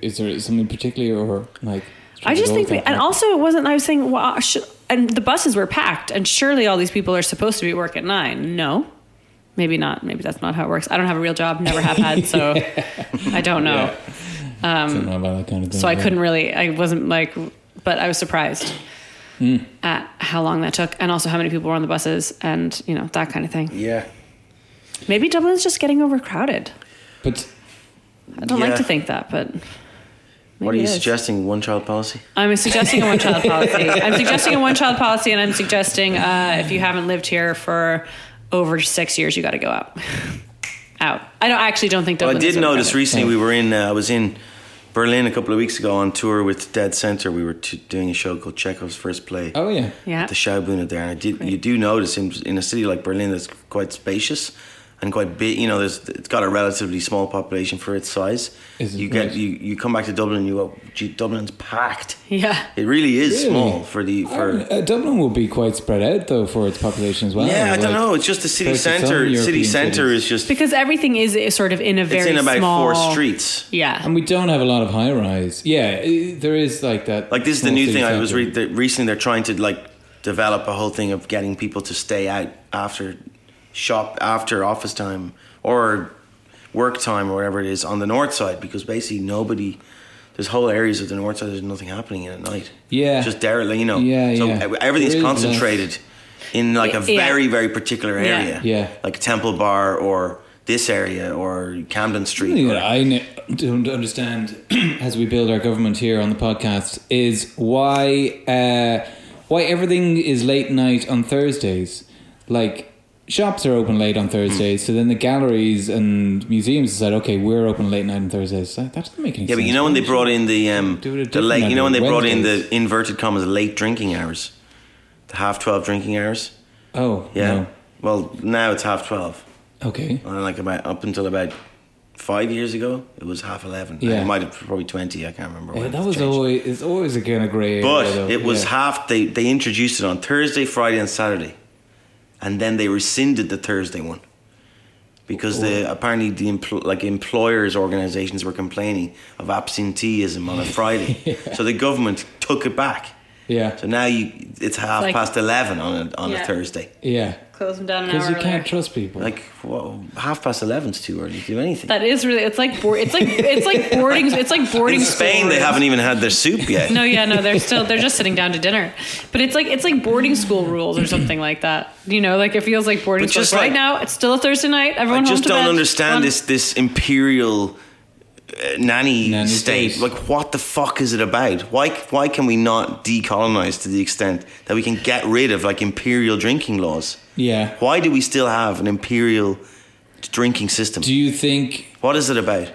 Speaker 3: Is there something particular or like?
Speaker 2: I just think, we,
Speaker 3: that
Speaker 2: and
Speaker 3: part?
Speaker 2: also it wasn't. I was saying, well, I should, and the buses were packed, and surely all these people are supposed to be at work at nine. No, maybe not. Maybe that's not how it works. I don't have a real job, never have had, so I don't know.
Speaker 3: I don't know about that kind of thing.
Speaker 2: So I
Speaker 3: yeah.
Speaker 2: couldn't really, I wasn't like, but I was surprised
Speaker 1: Mm.
Speaker 2: at how long that took and also how many people were on the buses and, you know, that kind of thing.
Speaker 1: yeah.
Speaker 2: Maybe Dublin's just getting overcrowded.
Speaker 3: But
Speaker 2: I don't
Speaker 1: Yeah.
Speaker 2: like to think that, but
Speaker 1: What are you
Speaker 2: Yes.
Speaker 1: suggesting? One child policy?
Speaker 2: I'm suggesting a one child policy. I'm suggesting a one child policy and I'm suggesting uh, if you haven't lived here for over six years, you got to go out. out. I don't I actually don't think
Speaker 1: Well,
Speaker 2: Dublin
Speaker 1: I did notice recently
Speaker 3: Yeah.
Speaker 1: we were in. Uh, I was in Berlin a couple of weeks ago on tour with Dead Center. We were t- doing a show called Chekhov's First Play.
Speaker 3: oh yeah,
Speaker 2: Yeah.
Speaker 1: At the Schaubühne there, and I did. You do notice in in a city like Berlin that's quite spacious, and quite big. You know, there's it's got a relatively small population for its size.
Speaker 3: Is it
Speaker 1: you get
Speaker 3: right?
Speaker 1: you, you come back to Dublin, and you go, gee, Dublin's packed.
Speaker 2: Yeah.
Speaker 1: It really is
Speaker 3: Really?
Speaker 1: small for the for.
Speaker 3: Uh, Dublin will be quite spread out though for its population as well.
Speaker 1: yeah, I don't
Speaker 3: Like,
Speaker 1: know. It's just the city
Speaker 3: versus some
Speaker 1: center. City
Speaker 3: European
Speaker 1: center
Speaker 3: cities.
Speaker 1: is just
Speaker 2: Because everything is i- sort of in a very
Speaker 1: it's in about
Speaker 2: small,
Speaker 1: four streets.
Speaker 2: Yeah.
Speaker 3: And we don't have a lot of high rise. Yeah, i- there is like that.
Speaker 1: Like this is the
Speaker 3: small
Speaker 1: new
Speaker 3: city
Speaker 1: thing I was
Speaker 3: centre.
Speaker 1: reading recently. They're trying to like develop a whole thing of getting people to stay out after shop after office time or work time or whatever it is on the north side because basically nobody. There's whole areas of the north side. There's nothing happening in at night.
Speaker 3: Yeah.
Speaker 1: just derelict. You know.
Speaker 3: Yeah,
Speaker 1: So
Speaker 3: yeah.
Speaker 1: ev- everything's
Speaker 3: There is less-
Speaker 1: concentrated in like a
Speaker 2: Yeah.
Speaker 1: very very particular
Speaker 2: Yeah.
Speaker 1: area.
Speaker 3: Yeah.
Speaker 1: Like Temple Bar or this area or Camden Street.
Speaker 3: Something
Speaker 1: or-
Speaker 3: that I ne- don't understand as we build our government here on the podcast is why uh, why everything is late night on Thursdays. Like shops are open late on Thursdays, so then the galleries and museums decide, okay, we're open late night on Thursdays. Like, that doesn't make any
Speaker 1: Yeah,
Speaker 3: sense.
Speaker 1: but you know when they brought in the um,
Speaker 3: Do it a
Speaker 1: the late,
Speaker 3: different
Speaker 1: you know when they
Speaker 3: hour,
Speaker 1: brought in the
Speaker 3: Wednesdays.
Speaker 1: inverted commas late drinking hours, the half twelve drinking hours.
Speaker 3: Oh,
Speaker 1: Yeah.
Speaker 3: yeah.
Speaker 1: Well, now it's half twelve.
Speaker 3: Okay.
Speaker 1: And like about up until about five years ago, it was half eleven.
Speaker 3: Yeah.
Speaker 1: It might have probably twenty. I can't remember.
Speaker 3: Yeah,
Speaker 1: when
Speaker 3: that
Speaker 1: it's
Speaker 3: was
Speaker 1: changed.
Speaker 3: always it's always a kind of grey. area, though.
Speaker 1: But it was
Speaker 3: Yeah.
Speaker 1: half. They they introduced it on Thursday, Friday, and Saturday, and then they rescinded the Thursday one because the apparently the empl- like employers organizations were complaining of absenteeism on a Friday, so the government took it back.
Speaker 3: yeah,
Speaker 1: So now you it's half
Speaker 2: like-
Speaker 1: past eleven on a, on
Speaker 2: Yeah.
Speaker 1: a Thursday.
Speaker 3: yeah,
Speaker 2: Close them down an
Speaker 3: because
Speaker 2: hour
Speaker 3: you
Speaker 2: earlier.
Speaker 3: can't trust people.
Speaker 1: Like whoa, half past eleven's too early to do anything.
Speaker 2: That is really. It's like board. It's like it's like boarding. It's like boarding.
Speaker 1: In Spain,
Speaker 2: school
Speaker 1: they
Speaker 2: rooms.
Speaker 1: haven't even had their soup yet.
Speaker 2: No, yeah, no. They're still. They're just sitting down to dinner. But it's like it's like boarding school rules or something like that. You know, like it feels like boarding
Speaker 1: But
Speaker 2: school.
Speaker 1: just
Speaker 2: right
Speaker 1: like-
Speaker 2: now, it's still a Thursday night. Everyone
Speaker 1: I just
Speaker 2: home to
Speaker 1: don't
Speaker 2: bed. Um,
Speaker 1: understand
Speaker 2: Fun.
Speaker 1: this this imperial uh, nanny,
Speaker 3: Nanny
Speaker 1: state.
Speaker 3: state.
Speaker 1: Like, what the fuck is it about? Why why can we not decolonize to the extent that we can get rid of like imperial drinking laws?
Speaker 3: yeah.
Speaker 1: Why do we still have an imperial drinking system?
Speaker 3: Do you think
Speaker 1: what is it about?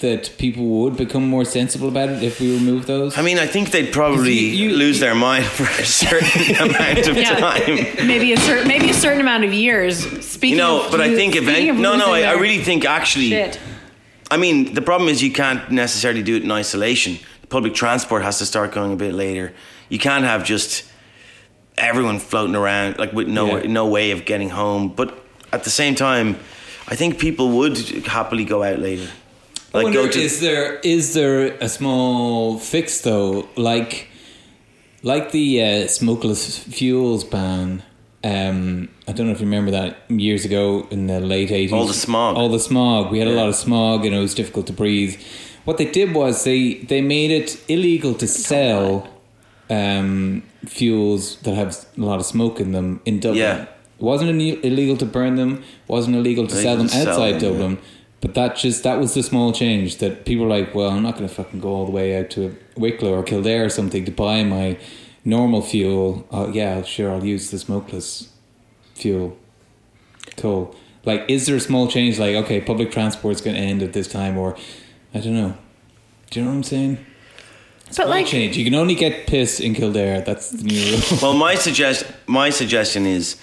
Speaker 3: that people would become more sensible about it if we remove those?
Speaker 1: I mean, I think they'd probably
Speaker 3: You- you-
Speaker 1: lose their mind for a certain amount of
Speaker 2: Yeah.
Speaker 1: time.
Speaker 2: Maybe a certain maybe a certain amount of years.
Speaker 1: You
Speaker 2: Speaking.
Speaker 1: know,
Speaker 2: of,
Speaker 1: but I think
Speaker 2: speaking of
Speaker 1: event. No, no,
Speaker 2: losing
Speaker 1: I, I
Speaker 2: their
Speaker 1: really think actually.
Speaker 2: shit.
Speaker 1: I mean, the problem is you can't necessarily do it in isolation. Public transport has to start going a bit later. You can't have just everyone floating around like with no
Speaker 3: Yeah.
Speaker 1: no way of getting home. But at the same time, I think people would happily go out later.
Speaker 3: I
Speaker 1: Like
Speaker 3: wonder,
Speaker 1: go to
Speaker 3: is there is there a small fix though, like like the uh, smokeless fuels ban? Um, I don't know if you remember that years ago in the late eighties.
Speaker 1: All the smog.
Speaker 3: All the smog. We had a
Speaker 1: Yeah.
Speaker 3: lot of smog, and it was difficult to breathe. What they did was they they made it illegal to sell um, fuels that have a lot of smoke in them in Dublin.
Speaker 1: Yeah.
Speaker 3: It wasn't ille- illegal to burn them. Wasn't illegal to sell
Speaker 1: Illegal
Speaker 3: them
Speaker 1: to sell
Speaker 3: outside
Speaker 1: them, yeah.
Speaker 3: Dublin. But that just that was the small change that people were like, well, I'm not going to fucking go all the way out to Wicklow or Kildare or something to buy my normal fuel. Uh, yeah, sure, I'll use the smokeless fuel. Cool. Like, is there a small change? Like, okay, public transport's going to end at this time, or I don't know. Do you know what I'm saying?
Speaker 2: But
Speaker 3: Small
Speaker 2: like,
Speaker 3: change. You can only get pissed in Kildare. That's the new rule.
Speaker 1: well, my suggest my suggestion is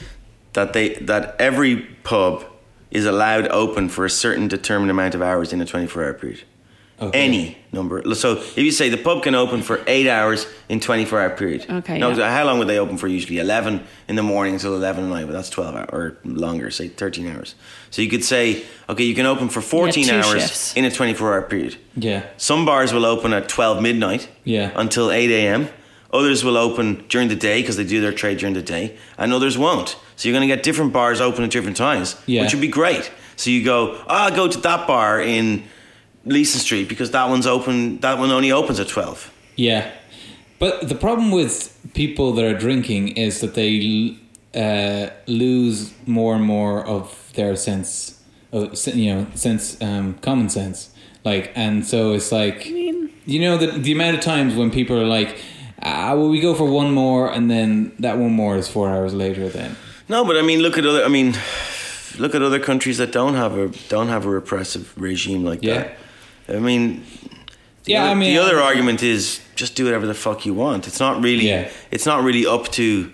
Speaker 1: that they that every pub is allowed open for a certain determined amount of hours in a 24 hour period.
Speaker 3: Okay.
Speaker 1: Any number. So if you say the pub can open for eight hours in 24 hour period.
Speaker 2: Okay,
Speaker 1: Now,
Speaker 2: yeah.
Speaker 1: how long would they open for usually? 11 in the morning until 11 at night, but that's 12 hours or longer, say 13 hours. So you could say, okay, you can open for 14
Speaker 2: two
Speaker 1: hours
Speaker 2: shifts.
Speaker 1: in a 24 hour period.
Speaker 3: Yeah.
Speaker 1: Some bars will open at 12 midnight
Speaker 3: Yeah.
Speaker 1: until 8 a.m. Others will open during the day because they do their trade during the day, and others won't. So you're going to get different bars open at different times,
Speaker 3: Yeah.
Speaker 1: which would be great. So you go, ah, I'll go to that bar in Leeson Street because that one's open, that one only opens at 12.
Speaker 3: Yeah, but the problem with people that are drinking is that they uh, lose more and more of their sense, of sen- you know, sense um, common sense. Like, and so it's like you know the the amount of times when people are like, ah, well, we go for one more, and then that one more is four hours later. Then
Speaker 1: No, but I mean, look at other, I mean, look at other countries that don't have a, don't have a repressive regime like
Speaker 3: Yeah.
Speaker 1: that. I mean, The
Speaker 3: yeah,
Speaker 1: other-
Speaker 3: I mean
Speaker 1: the other argument is just do whatever the fuck you want. It's not really
Speaker 3: Yeah.
Speaker 1: it's not really up to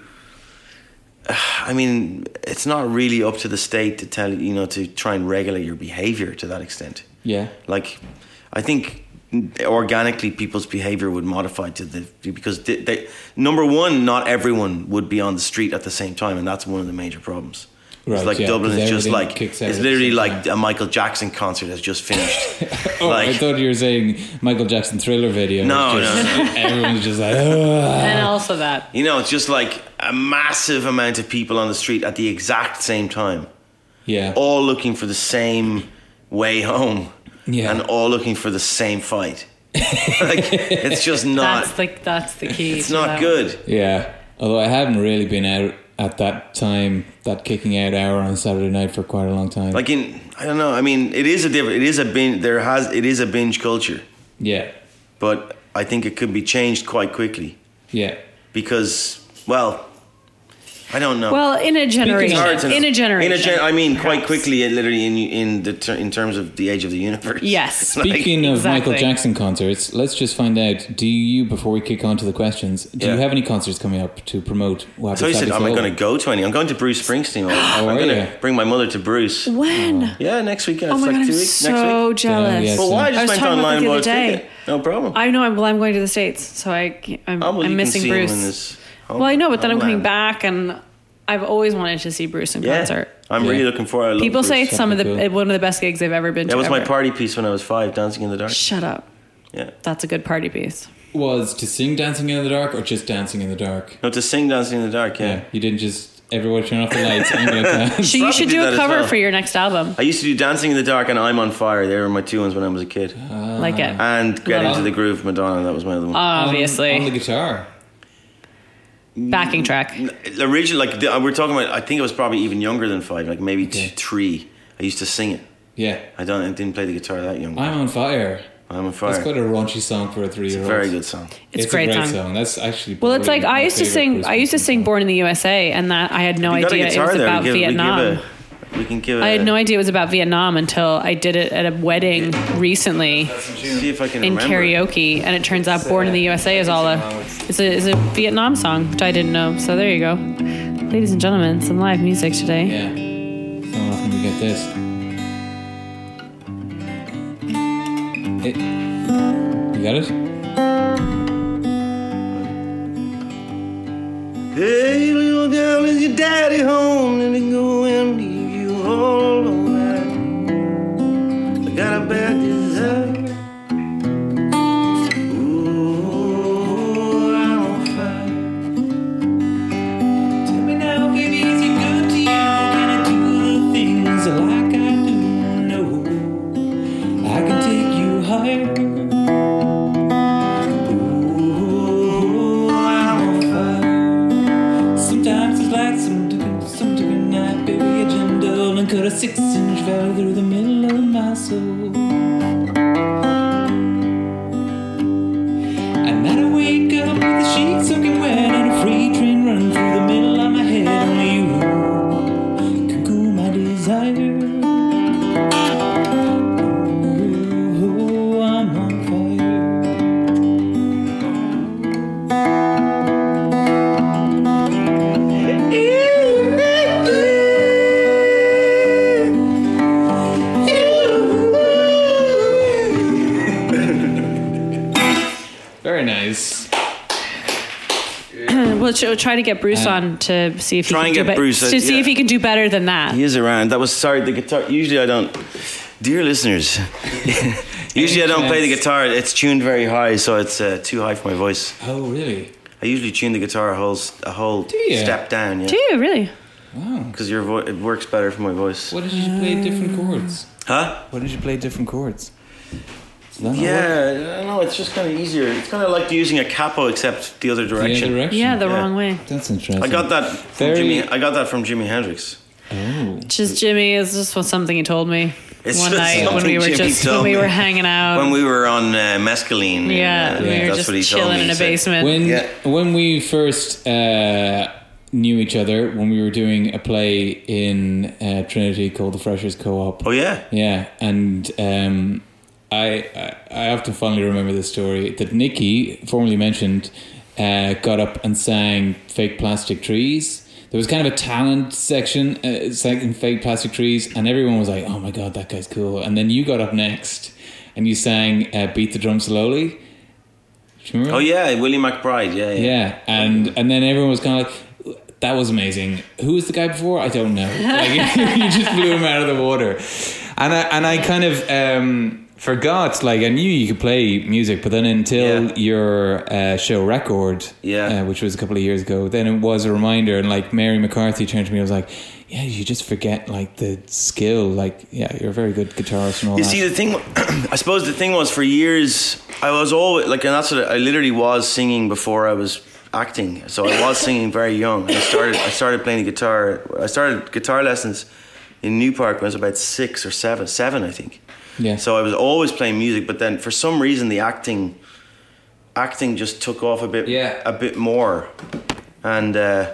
Speaker 1: I mean, it's not really up to the state to tell you know to try and regulate your behavior to that extent.
Speaker 3: Yeah.
Speaker 1: Like, I think organically people's behavior would modify to the because they, they number one, not everyone would be on the street at the same time, and that's one of the major problems. It's
Speaker 3: Right,
Speaker 1: like
Speaker 3: yeah,
Speaker 1: Dublin
Speaker 3: 'cause
Speaker 1: is just
Speaker 3: everything
Speaker 1: like
Speaker 3: kicks
Speaker 1: it's
Speaker 3: out at the
Speaker 1: literally
Speaker 3: same
Speaker 1: like
Speaker 3: time.
Speaker 1: a Michael Jackson concert has just finished.
Speaker 3: Oh, I
Speaker 1: like
Speaker 3: thought you were saying Michael Jackson thriller video.
Speaker 1: No,
Speaker 3: It's just,
Speaker 1: no,
Speaker 3: like, everyone's just like, "Ugh."
Speaker 2: and also that.
Speaker 1: you know, it's just like a massive amount of people on the street at the exact same time.
Speaker 3: yeah,
Speaker 1: all looking for the same way home
Speaker 3: Yeah.
Speaker 1: and all looking for the same fight. like it's just not
Speaker 2: That's the that's the key.
Speaker 1: it's
Speaker 2: to that
Speaker 1: not
Speaker 2: one.
Speaker 1: good.
Speaker 3: yeah. Although I haven't really been out at that time, that kicking out hour on Saturday night for quite a long time.
Speaker 1: Like in I don't know, I mean it is a different it is a binge there has it is a binge culture,
Speaker 3: yeah,
Speaker 1: but I think it could be changed quite quickly
Speaker 3: yeah.
Speaker 1: because well I don't know.
Speaker 2: Well, in a generation,
Speaker 1: It's hard to know.
Speaker 2: in a generation,
Speaker 1: In a gen- I mean, quite
Speaker 2: perhaps.
Speaker 1: quickly, it literally in in the ter- in terms of the age of the universe.
Speaker 2: Yes.
Speaker 1: Like-
Speaker 3: Speaking of
Speaker 2: Exactly.
Speaker 3: Michael Jackson concerts, let's just find out. Do you, before we kick on to the questions, do you
Speaker 1: Yeah.
Speaker 3: have any concerts coming up to promote? What
Speaker 1: so he
Speaker 3: Happens
Speaker 1: said,
Speaker 3: Saturday
Speaker 1: "Am I
Speaker 3: Soul?"
Speaker 1: going to go to any? I'm going to Bruce Springsteen. I'm
Speaker 3: Oh, are
Speaker 1: going
Speaker 3: you?
Speaker 1: to bring my mother to Bruce.
Speaker 2: When?
Speaker 1: Yeah, next weekend.
Speaker 2: Oh
Speaker 1: it's
Speaker 2: my
Speaker 1: like
Speaker 2: god, I'm
Speaker 1: two weeks.
Speaker 2: so
Speaker 1: next week.
Speaker 2: jealous.
Speaker 3: Yeah,
Speaker 1: Well, why? I just
Speaker 2: I was
Speaker 1: went
Speaker 2: talking about
Speaker 1: online and
Speaker 2: that the
Speaker 1: bought a
Speaker 2: other day.
Speaker 1: ticket. No problem.
Speaker 2: I know. I'm, well, I'm going to the states, so I can't- I'm,
Speaker 1: Oh, well, you
Speaker 2: I'm
Speaker 1: can
Speaker 2: missing
Speaker 1: see him
Speaker 2: Bruce.
Speaker 1: in his home-
Speaker 2: well, I know, but then I'm coming
Speaker 1: homeland.
Speaker 2: back, and I've always wanted to see Bruce in
Speaker 1: yeah.
Speaker 2: concert.
Speaker 1: I'm
Speaker 3: Yeah.
Speaker 1: really looking forward. I love
Speaker 2: People say
Speaker 1: Bruce.
Speaker 2: it's some of the
Speaker 3: That'd be
Speaker 2: one of the best gigs they've ever been
Speaker 1: that
Speaker 2: to.
Speaker 1: was my
Speaker 2: ever.
Speaker 1: party piece when I was five, Dancing in the Dark.
Speaker 2: Shut up.
Speaker 1: Yeah.
Speaker 2: That's a good party piece.
Speaker 3: Was to sing "Dancing in the Dark" or just "Dancing in the Dark"?
Speaker 1: No, to sing Dancing in the Dark. Yeah.
Speaker 3: Yeah, you didn't just everybody turn off the lights. I'm going to dance.
Speaker 2: So you should
Speaker 1: did
Speaker 2: do
Speaker 1: that as
Speaker 2: a cover
Speaker 1: well.
Speaker 2: for your next album,
Speaker 1: I used to do Dancing in the Dark and I'm on Fire. They were my two ones when I was a kid.
Speaker 3: Ah.
Speaker 2: like it.
Speaker 1: and Get
Speaker 2: Love
Speaker 1: into
Speaker 3: it.
Speaker 1: the Groove, Madonna. That was my other one.
Speaker 2: Uh, Obviously,
Speaker 3: on, on the guitar.
Speaker 2: backing track.
Speaker 1: Originally, like the, uh, we're talking about, I think I was probably even younger than five, like maybe
Speaker 3: Okay.
Speaker 1: t- three. I used to sing it.
Speaker 3: Yeah,
Speaker 1: I don't. I didn't play the guitar that young.
Speaker 3: I'm on fire.
Speaker 1: I'm on
Speaker 3: That's
Speaker 1: fire.
Speaker 3: quite a raunchy song for a three-year-old.
Speaker 1: Very good song.
Speaker 2: It's, a great, song.
Speaker 3: That's actually
Speaker 2: Well, it's
Speaker 3: probably
Speaker 2: like I
Speaker 3: my
Speaker 2: used to
Speaker 3: favorite
Speaker 2: sing.
Speaker 3: Bruce
Speaker 2: I used to
Speaker 3: Springsteen
Speaker 2: sing
Speaker 3: song.
Speaker 2: "Born in the USA," and that I had no
Speaker 1: You got a
Speaker 2: idea it
Speaker 1: guitar
Speaker 2: was
Speaker 1: there.
Speaker 2: about
Speaker 1: we give,
Speaker 2: Vietnam.
Speaker 1: We, give a, uh, we can give.
Speaker 2: I had
Speaker 1: a-
Speaker 2: no idea it was about Vietnam until I did it at a wedding recently
Speaker 1: See if I can
Speaker 2: in
Speaker 1: remember.
Speaker 2: karaoke, and it turns out "Born in the USA" is all a it's a is a Vietnam song, which I didn't know. So there you go, ladies and gentlemen, some live music today.
Speaker 3: Yeah. How often we get this? It, you got it?
Speaker 1: Hey, little girl, is your daddy home? Let me go and leave you all alone. I got a bad desire. Ooh, I'm on fire. Tell me now, baby, is it good to you? Can I do the things I like?
Speaker 3: I do I can take you higher.
Speaker 1: Ooh, I'm on fire.
Speaker 3: Sometimes it's like some different, some different night, baby. A gentle and cut a six inch valley through the middle of my soul. At night I wake up with the sheets soaking wet and a freight train running through the middle of my head. Only you can cool my desire. Ooh, Oh, I'm on fire. Very nice.
Speaker 2: We'll, tr- we'll try to get Bruce on to see if he
Speaker 1: Try
Speaker 2: can
Speaker 1: and
Speaker 2: do
Speaker 1: get
Speaker 2: bet-
Speaker 1: Bruce, uh,
Speaker 2: to see
Speaker 1: yeah.
Speaker 2: if he can do better than that.
Speaker 1: He is around. That was sorry. The guitar. Usually I don't. Dear listeners, usually I don't play the
Speaker 3: chance?
Speaker 1: guitar. It's tuned very high, so it's uh, too high for my voice.
Speaker 3: Oh, really?
Speaker 1: I usually tune the guitar a whole s- a whole
Speaker 3: you?
Speaker 1: step down, yeah,
Speaker 2: Do you really?
Speaker 3: Wow.
Speaker 1: because your vo- it works better for my voice.
Speaker 3: Why did you play different chords?
Speaker 2: Oh,
Speaker 1: Huh?
Speaker 3: Why did you play different chords? Does that not work?
Speaker 1: Yeah, I don't know. It's just kind of easier. It's kind of like using a capo, except the other
Speaker 3: The
Speaker 1: direction.
Speaker 3: other direction.
Speaker 2: Yeah, the
Speaker 1: Yeah.
Speaker 2: wrong way.
Speaker 3: That's interesting.
Speaker 1: I got that from
Speaker 3: Very-
Speaker 1: Jimmy. I got that from Jimi Hendrix.
Speaker 3: Oh.
Speaker 2: Just Jimmy is just what something he told me
Speaker 1: It's
Speaker 2: one
Speaker 1: just
Speaker 2: night when
Speaker 1: something
Speaker 2: we were
Speaker 1: Jimmy
Speaker 2: just when
Speaker 1: told
Speaker 2: we
Speaker 1: me.
Speaker 2: were hanging out.
Speaker 1: When we were on uh, mescaline,
Speaker 2: Um, yeah,
Speaker 1: uh,
Speaker 2: we were
Speaker 1: that's what he
Speaker 2: just
Speaker 1: told
Speaker 2: chilling
Speaker 1: me.
Speaker 2: in
Speaker 1: He
Speaker 2: a
Speaker 1: said,
Speaker 2: basement.
Speaker 3: When
Speaker 1: Yeah.
Speaker 3: when we first uh, knew each other, when we were doing a play in uh, Trinity called the Freshers Co-op.
Speaker 1: Oh yeah,
Speaker 3: Yeah, and um, I, I I often fondly remember this story that Nikki, formerly mentioned, uh, got up and sang "Fake Plastic Trees." there was kind of a talent section, uh, second fake plastic trees, and everyone was like, "Oh my god, that guy's cool." And then you got up next, and you sang uh, "Beat the Drum Slowly." Do you remember?
Speaker 1: Oh yeah, Willie McBride. Yeah, yeah.
Speaker 3: Yeah, and and then everyone was kind of like, "That was amazing." Who was the guy before? I don't know. Like you just blew him out of the water, and I and I kind of um, forgot. Like I knew you could play music, but then until
Speaker 1: Yeah.
Speaker 3: your uh, show record,
Speaker 1: Yeah.
Speaker 3: uh, which was a couple of years ago, then it was a reminder. And like Mary McCarthy turned to me, I was like. Yeah, you just forget like the skill. Like, yeah, you're a very good guitarist and all
Speaker 1: You
Speaker 3: that.
Speaker 1: see, the thing, I suppose the thing was for years, I was always like, and that's what I, I literally was singing before I was acting. So I was singing very young. I started, I started playing the guitar. I started guitar lessons in New Park when I was about six or seven, seven, I think.
Speaker 3: yeah,
Speaker 1: So I was always playing music, but then for some reason the acting, acting just took off a bit,
Speaker 3: Yeah.
Speaker 1: a bit more, and uh,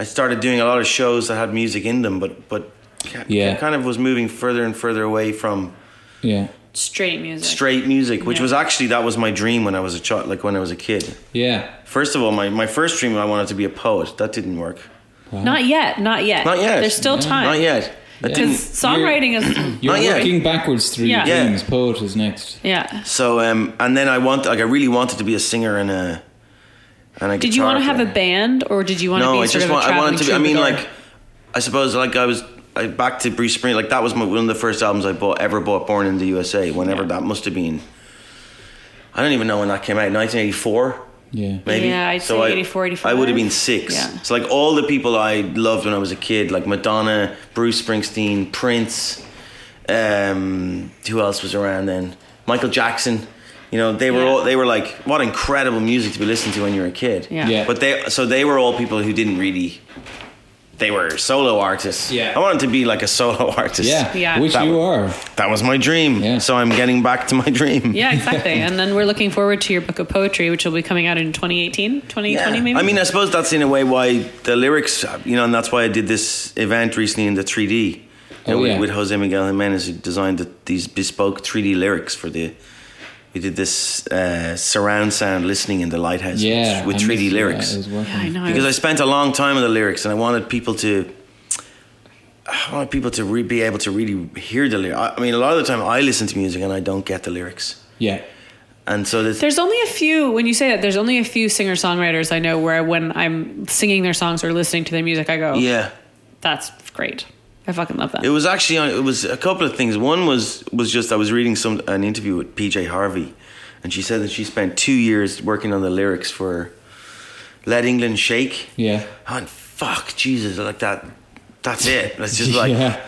Speaker 1: I started doing a lot of shows that had music in them, but but ki-
Speaker 3: Yeah.
Speaker 1: kind of was moving further and further away from
Speaker 3: yeah,
Speaker 2: Straight music.
Speaker 1: straight music, which
Speaker 2: Yeah.
Speaker 1: was actually that was my dream when I was a child, like when I was a kid.
Speaker 3: yeah.
Speaker 1: First of all, my, my first dream I wanted to be a poet. That didn't work.
Speaker 2: Not yet. Not yet.
Speaker 1: Not yet.
Speaker 2: There's still time.
Speaker 1: Not yet. That
Speaker 2: Because
Speaker 1: didn't.
Speaker 2: songwriting is.
Speaker 3: You're
Speaker 1: Not yet.
Speaker 3: working backwards through
Speaker 2: Yeah.
Speaker 1: Oh, Yeah.
Speaker 3: dreams. Poet is next.
Speaker 2: Yeah.
Speaker 1: So um, and then I want like I really wanted to be a singer and a. And a
Speaker 2: Did you
Speaker 1: guitar
Speaker 2: want to have a
Speaker 1: player.
Speaker 2: band or did you want to
Speaker 1: no,
Speaker 2: be
Speaker 1: I
Speaker 2: sort
Speaker 1: just
Speaker 2: of
Speaker 1: want.
Speaker 2: a
Speaker 1: I
Speaker 2: traveling
Speaker 1: wanted to be. I mean,
Speaker 2: troubadour?
Speaker 1: like, I suppose, like I was I, back to Bruce Spring. Like that was my, one of the first albums I bought ever bought. Born in the USA. Whenever that must have been. I don't even know when that came out. 1984,
Speaker 3: Yeah.
Speaker 1: maybe.
Speaker 2: Yeah, I'd say
Speaker 1: I-
Speaker 2: 84,
Speaker 1: I would
Speaker 2: 85.
Speaker 1: have been six.
Speaker 2: Yeah.
Speaker 1: So like all the people I loved when I was a kid, like Madonna, Bruce Springsteen, Prince. Um, who else was around then? Michael Jackson. You know, they were
Speaker 2: Yeah.
Speaker 1: all they were like what incredible music to be listening to when you're a kid.
Speaker 2: Yeah.
Speaker 3: Yeah.
Speaker 1: But they so they were all people who didn't really they were solo artists.
Speaker 3: Yeah.
Speaker 1: I wanted to be like a solo artist.
Speaker 3: Yeah.
Speaker 2: Yeah.
Speaker 3: Which
Speaker 1: That
Speaker 3: you are.
Speaker 1: That was my dream.
Speaker 3: Yeah.
Speaker 1: So I'm getting back to my dream.
Speaker 2: Yeah, exactly. and then we're looking forward to your book of poetry, which will be coming out in 2018, 2020 maybe?
Speaker 1: I mean, I suppose that's in a way why the lyrics, you know, and that's why I did this event recently in the 3D you
Speaker 3: Oh,
Speaker 1: know, with-
Speaker 3: yeah.
Speaker 1: with Jose Miguel Jimenez, who designed the, these bespoke 3D lyrics for the. We did this uh, surround sound listening in the lighthouse
Speaker 3: Yeah.
Speaker 1: with
Speaker 3: I
Speaker 1: 3D
Speaker 3: missed that.
Speaker 1: lyrics.
Speaker 3: It was working.
Speaker 2: yeah, I know.
Speaker 1: because I spent a long time on the lyrics, and I wanted people to, I wanted people to re- be able to really hear the lyrics. I, I mean, a lot of the time I listen to music and I don't get the lyrics,
Speaker 3: Yeah.
Speaker 1: and so this,
Speaker 2: There's only a few, when you say that, there's only a few singer songwriters I know where when I'm singing their songs or listening to their music, I go,
Speaker 1: yeah,
Speaker 2: that's great. I fucking love that.
Speaker 1: it was actually on, it was a couple of things. One was was just I was reading some an interview with PJ Harvey, and she said that she spent two years working on the lyrics for "Let England Shake."
Speaker 3: Yeah.
Speaker 1: and fuck Jesus, like that. That's it. That's just like.
Speaker 3: yeah.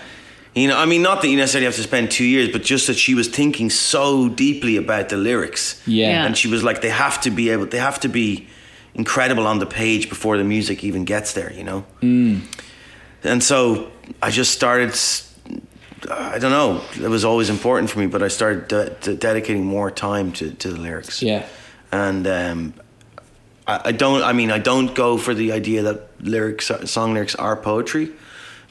Speaker 1: You know, I mean, not that you necessarily have to spend two years, but just that she was thinking so deeply about the lyrics.
Speaker 3: Yeah.
Speaker 2: Yeah.
Speaker 1: And she was like, they have to be able, they have to be incredible on the page before the music even gets there, you know? Mm. And so I just started, s- I don't know, it was always important for me, but I started de- de- dedicating more time to, to the lyrics.
Speaker 3: Yeah.
Speaker 1: And um, I, I don't, I mean, I don't go for the idea that lyrics, song lyrics are poetry.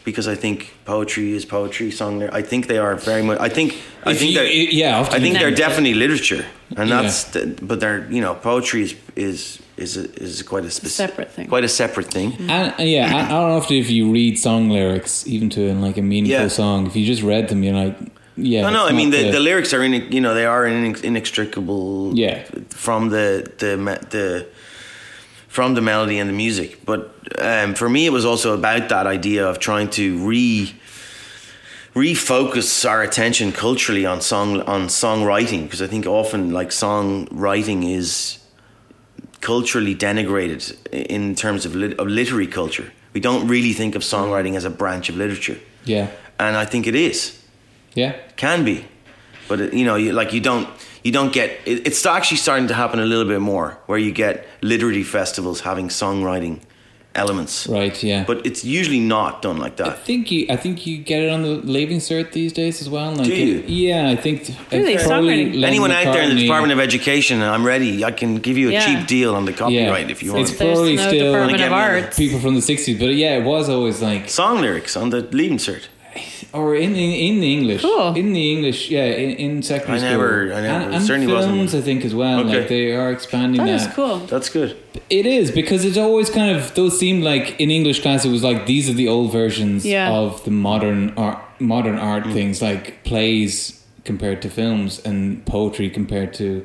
Speaker 1: Because I think poetry is poetry, song lyrics. I think they are very much. I think. I
Speaker 3: If
Speaker 1: think
Speaker 3: you-
Speaker 1: they're.
Speaker 3: yeah, often
Speaker 1: I think
Speaker 3: you-
Speaker 1: they're definitely literature, and
Speaker 3: Yeah.
Speaker 1: that's. The, but they're you know poetry is is is a, is quite a specific,
Speaker 2: Separate thing.
Speaker 1: Quite a separate thing.
Speaker 3: And and yeah, I, I don't know if if you read song lyrics, even to in like a meaningful
Speaker 1: Yeah.
Speaker 3: song, if you just read them, you're like, yeah.
Speaker 1: No, no.
Speaker 3: it's
Speaker 1: I mean
Speaker 3: not
Speaker 1: the, the lyrics are in you know they are inex- inextricable.
Speaker 3: Yeah.
Speaker 1: From the the me- the from the melody and the music, but um, for me it was also about that idea of trying to re refocus our attention culturally on song on songwriting because I think often like songwriting is culturally denigrated in terms of, lit- of literary culture. We don't really think of songwriting as a branch of literature,
Speaker 3: yeah.
Speaker 1: and I think it is
Speaker 3: Yeah.
Speaker 1: can be but it, you know you, like you don't you don't get it, it's actually starting to happen a little bit more where you get literary festivals having songwriting elements
Speaker 3: Right. Yeah.
Speaker 1: but it's usually not done like
Speaker 3: I
Speaker 1: that
Speaker 3: think you, I think you get it on the Leaving Cert these days as well. Like,
Speaker 1: Do you?
Speaker 3: Yeah, I think.
Speaker 2: Really?
Speaker 3: it's
Speaker 2: Songwriting.
Speaker 3: probably Lennon
Speaker 1: anyone out there in
Speaker 3: McCartney-
Speaker 1: the department of education i'm ready i can give you a
Speaker 2: Yeah.
Speaker 1: cheap deal on the
Speaker 3: yeah,
Speaker 1: copyright if you want
Speaker 3: It's
Speaker 2: There's
Speaker 3: probably
Speaker 2: no
Speaker 3: still
Speaker 2: Department
Speaker 1: Again,
Speaker 2: of
Speaker 1: no, no.
Speaker 2: Arts.
Speaker 3: people from the '60s, but yeah, it was always like
Speaker 1: song lyrics on the leaving cert
Speaker 3: or in, in in the English,
Speaker 2: Cool.
Speaker 3: in the English, yeah, in, in secondary
Speaker 1: I
Speaker 3: school,
Speaker 1: never- I never-
Speaker 3: and,
Speaker 1: it
Speaker 3: and
Speaker 1: certainly
Speaker 3: films,
Speaker 1: wasn't-
Speaker 3: I think as well.
Speaker 1: Okay.
Speaker 3: Like they are expanding
Speaker 2: That
Speaker 3: that.
Speaker 2: is cool.
Speaker 1: That's good.
Speaker 3: It is because it's always kind of those seemed like in English class it was like these are the old versions
Speaker 2: Yeah.
Speaker 3: of the modern art, modern art
Speaker 1: Mm.
Speaker 3: things like plays compared to films and poetry compared to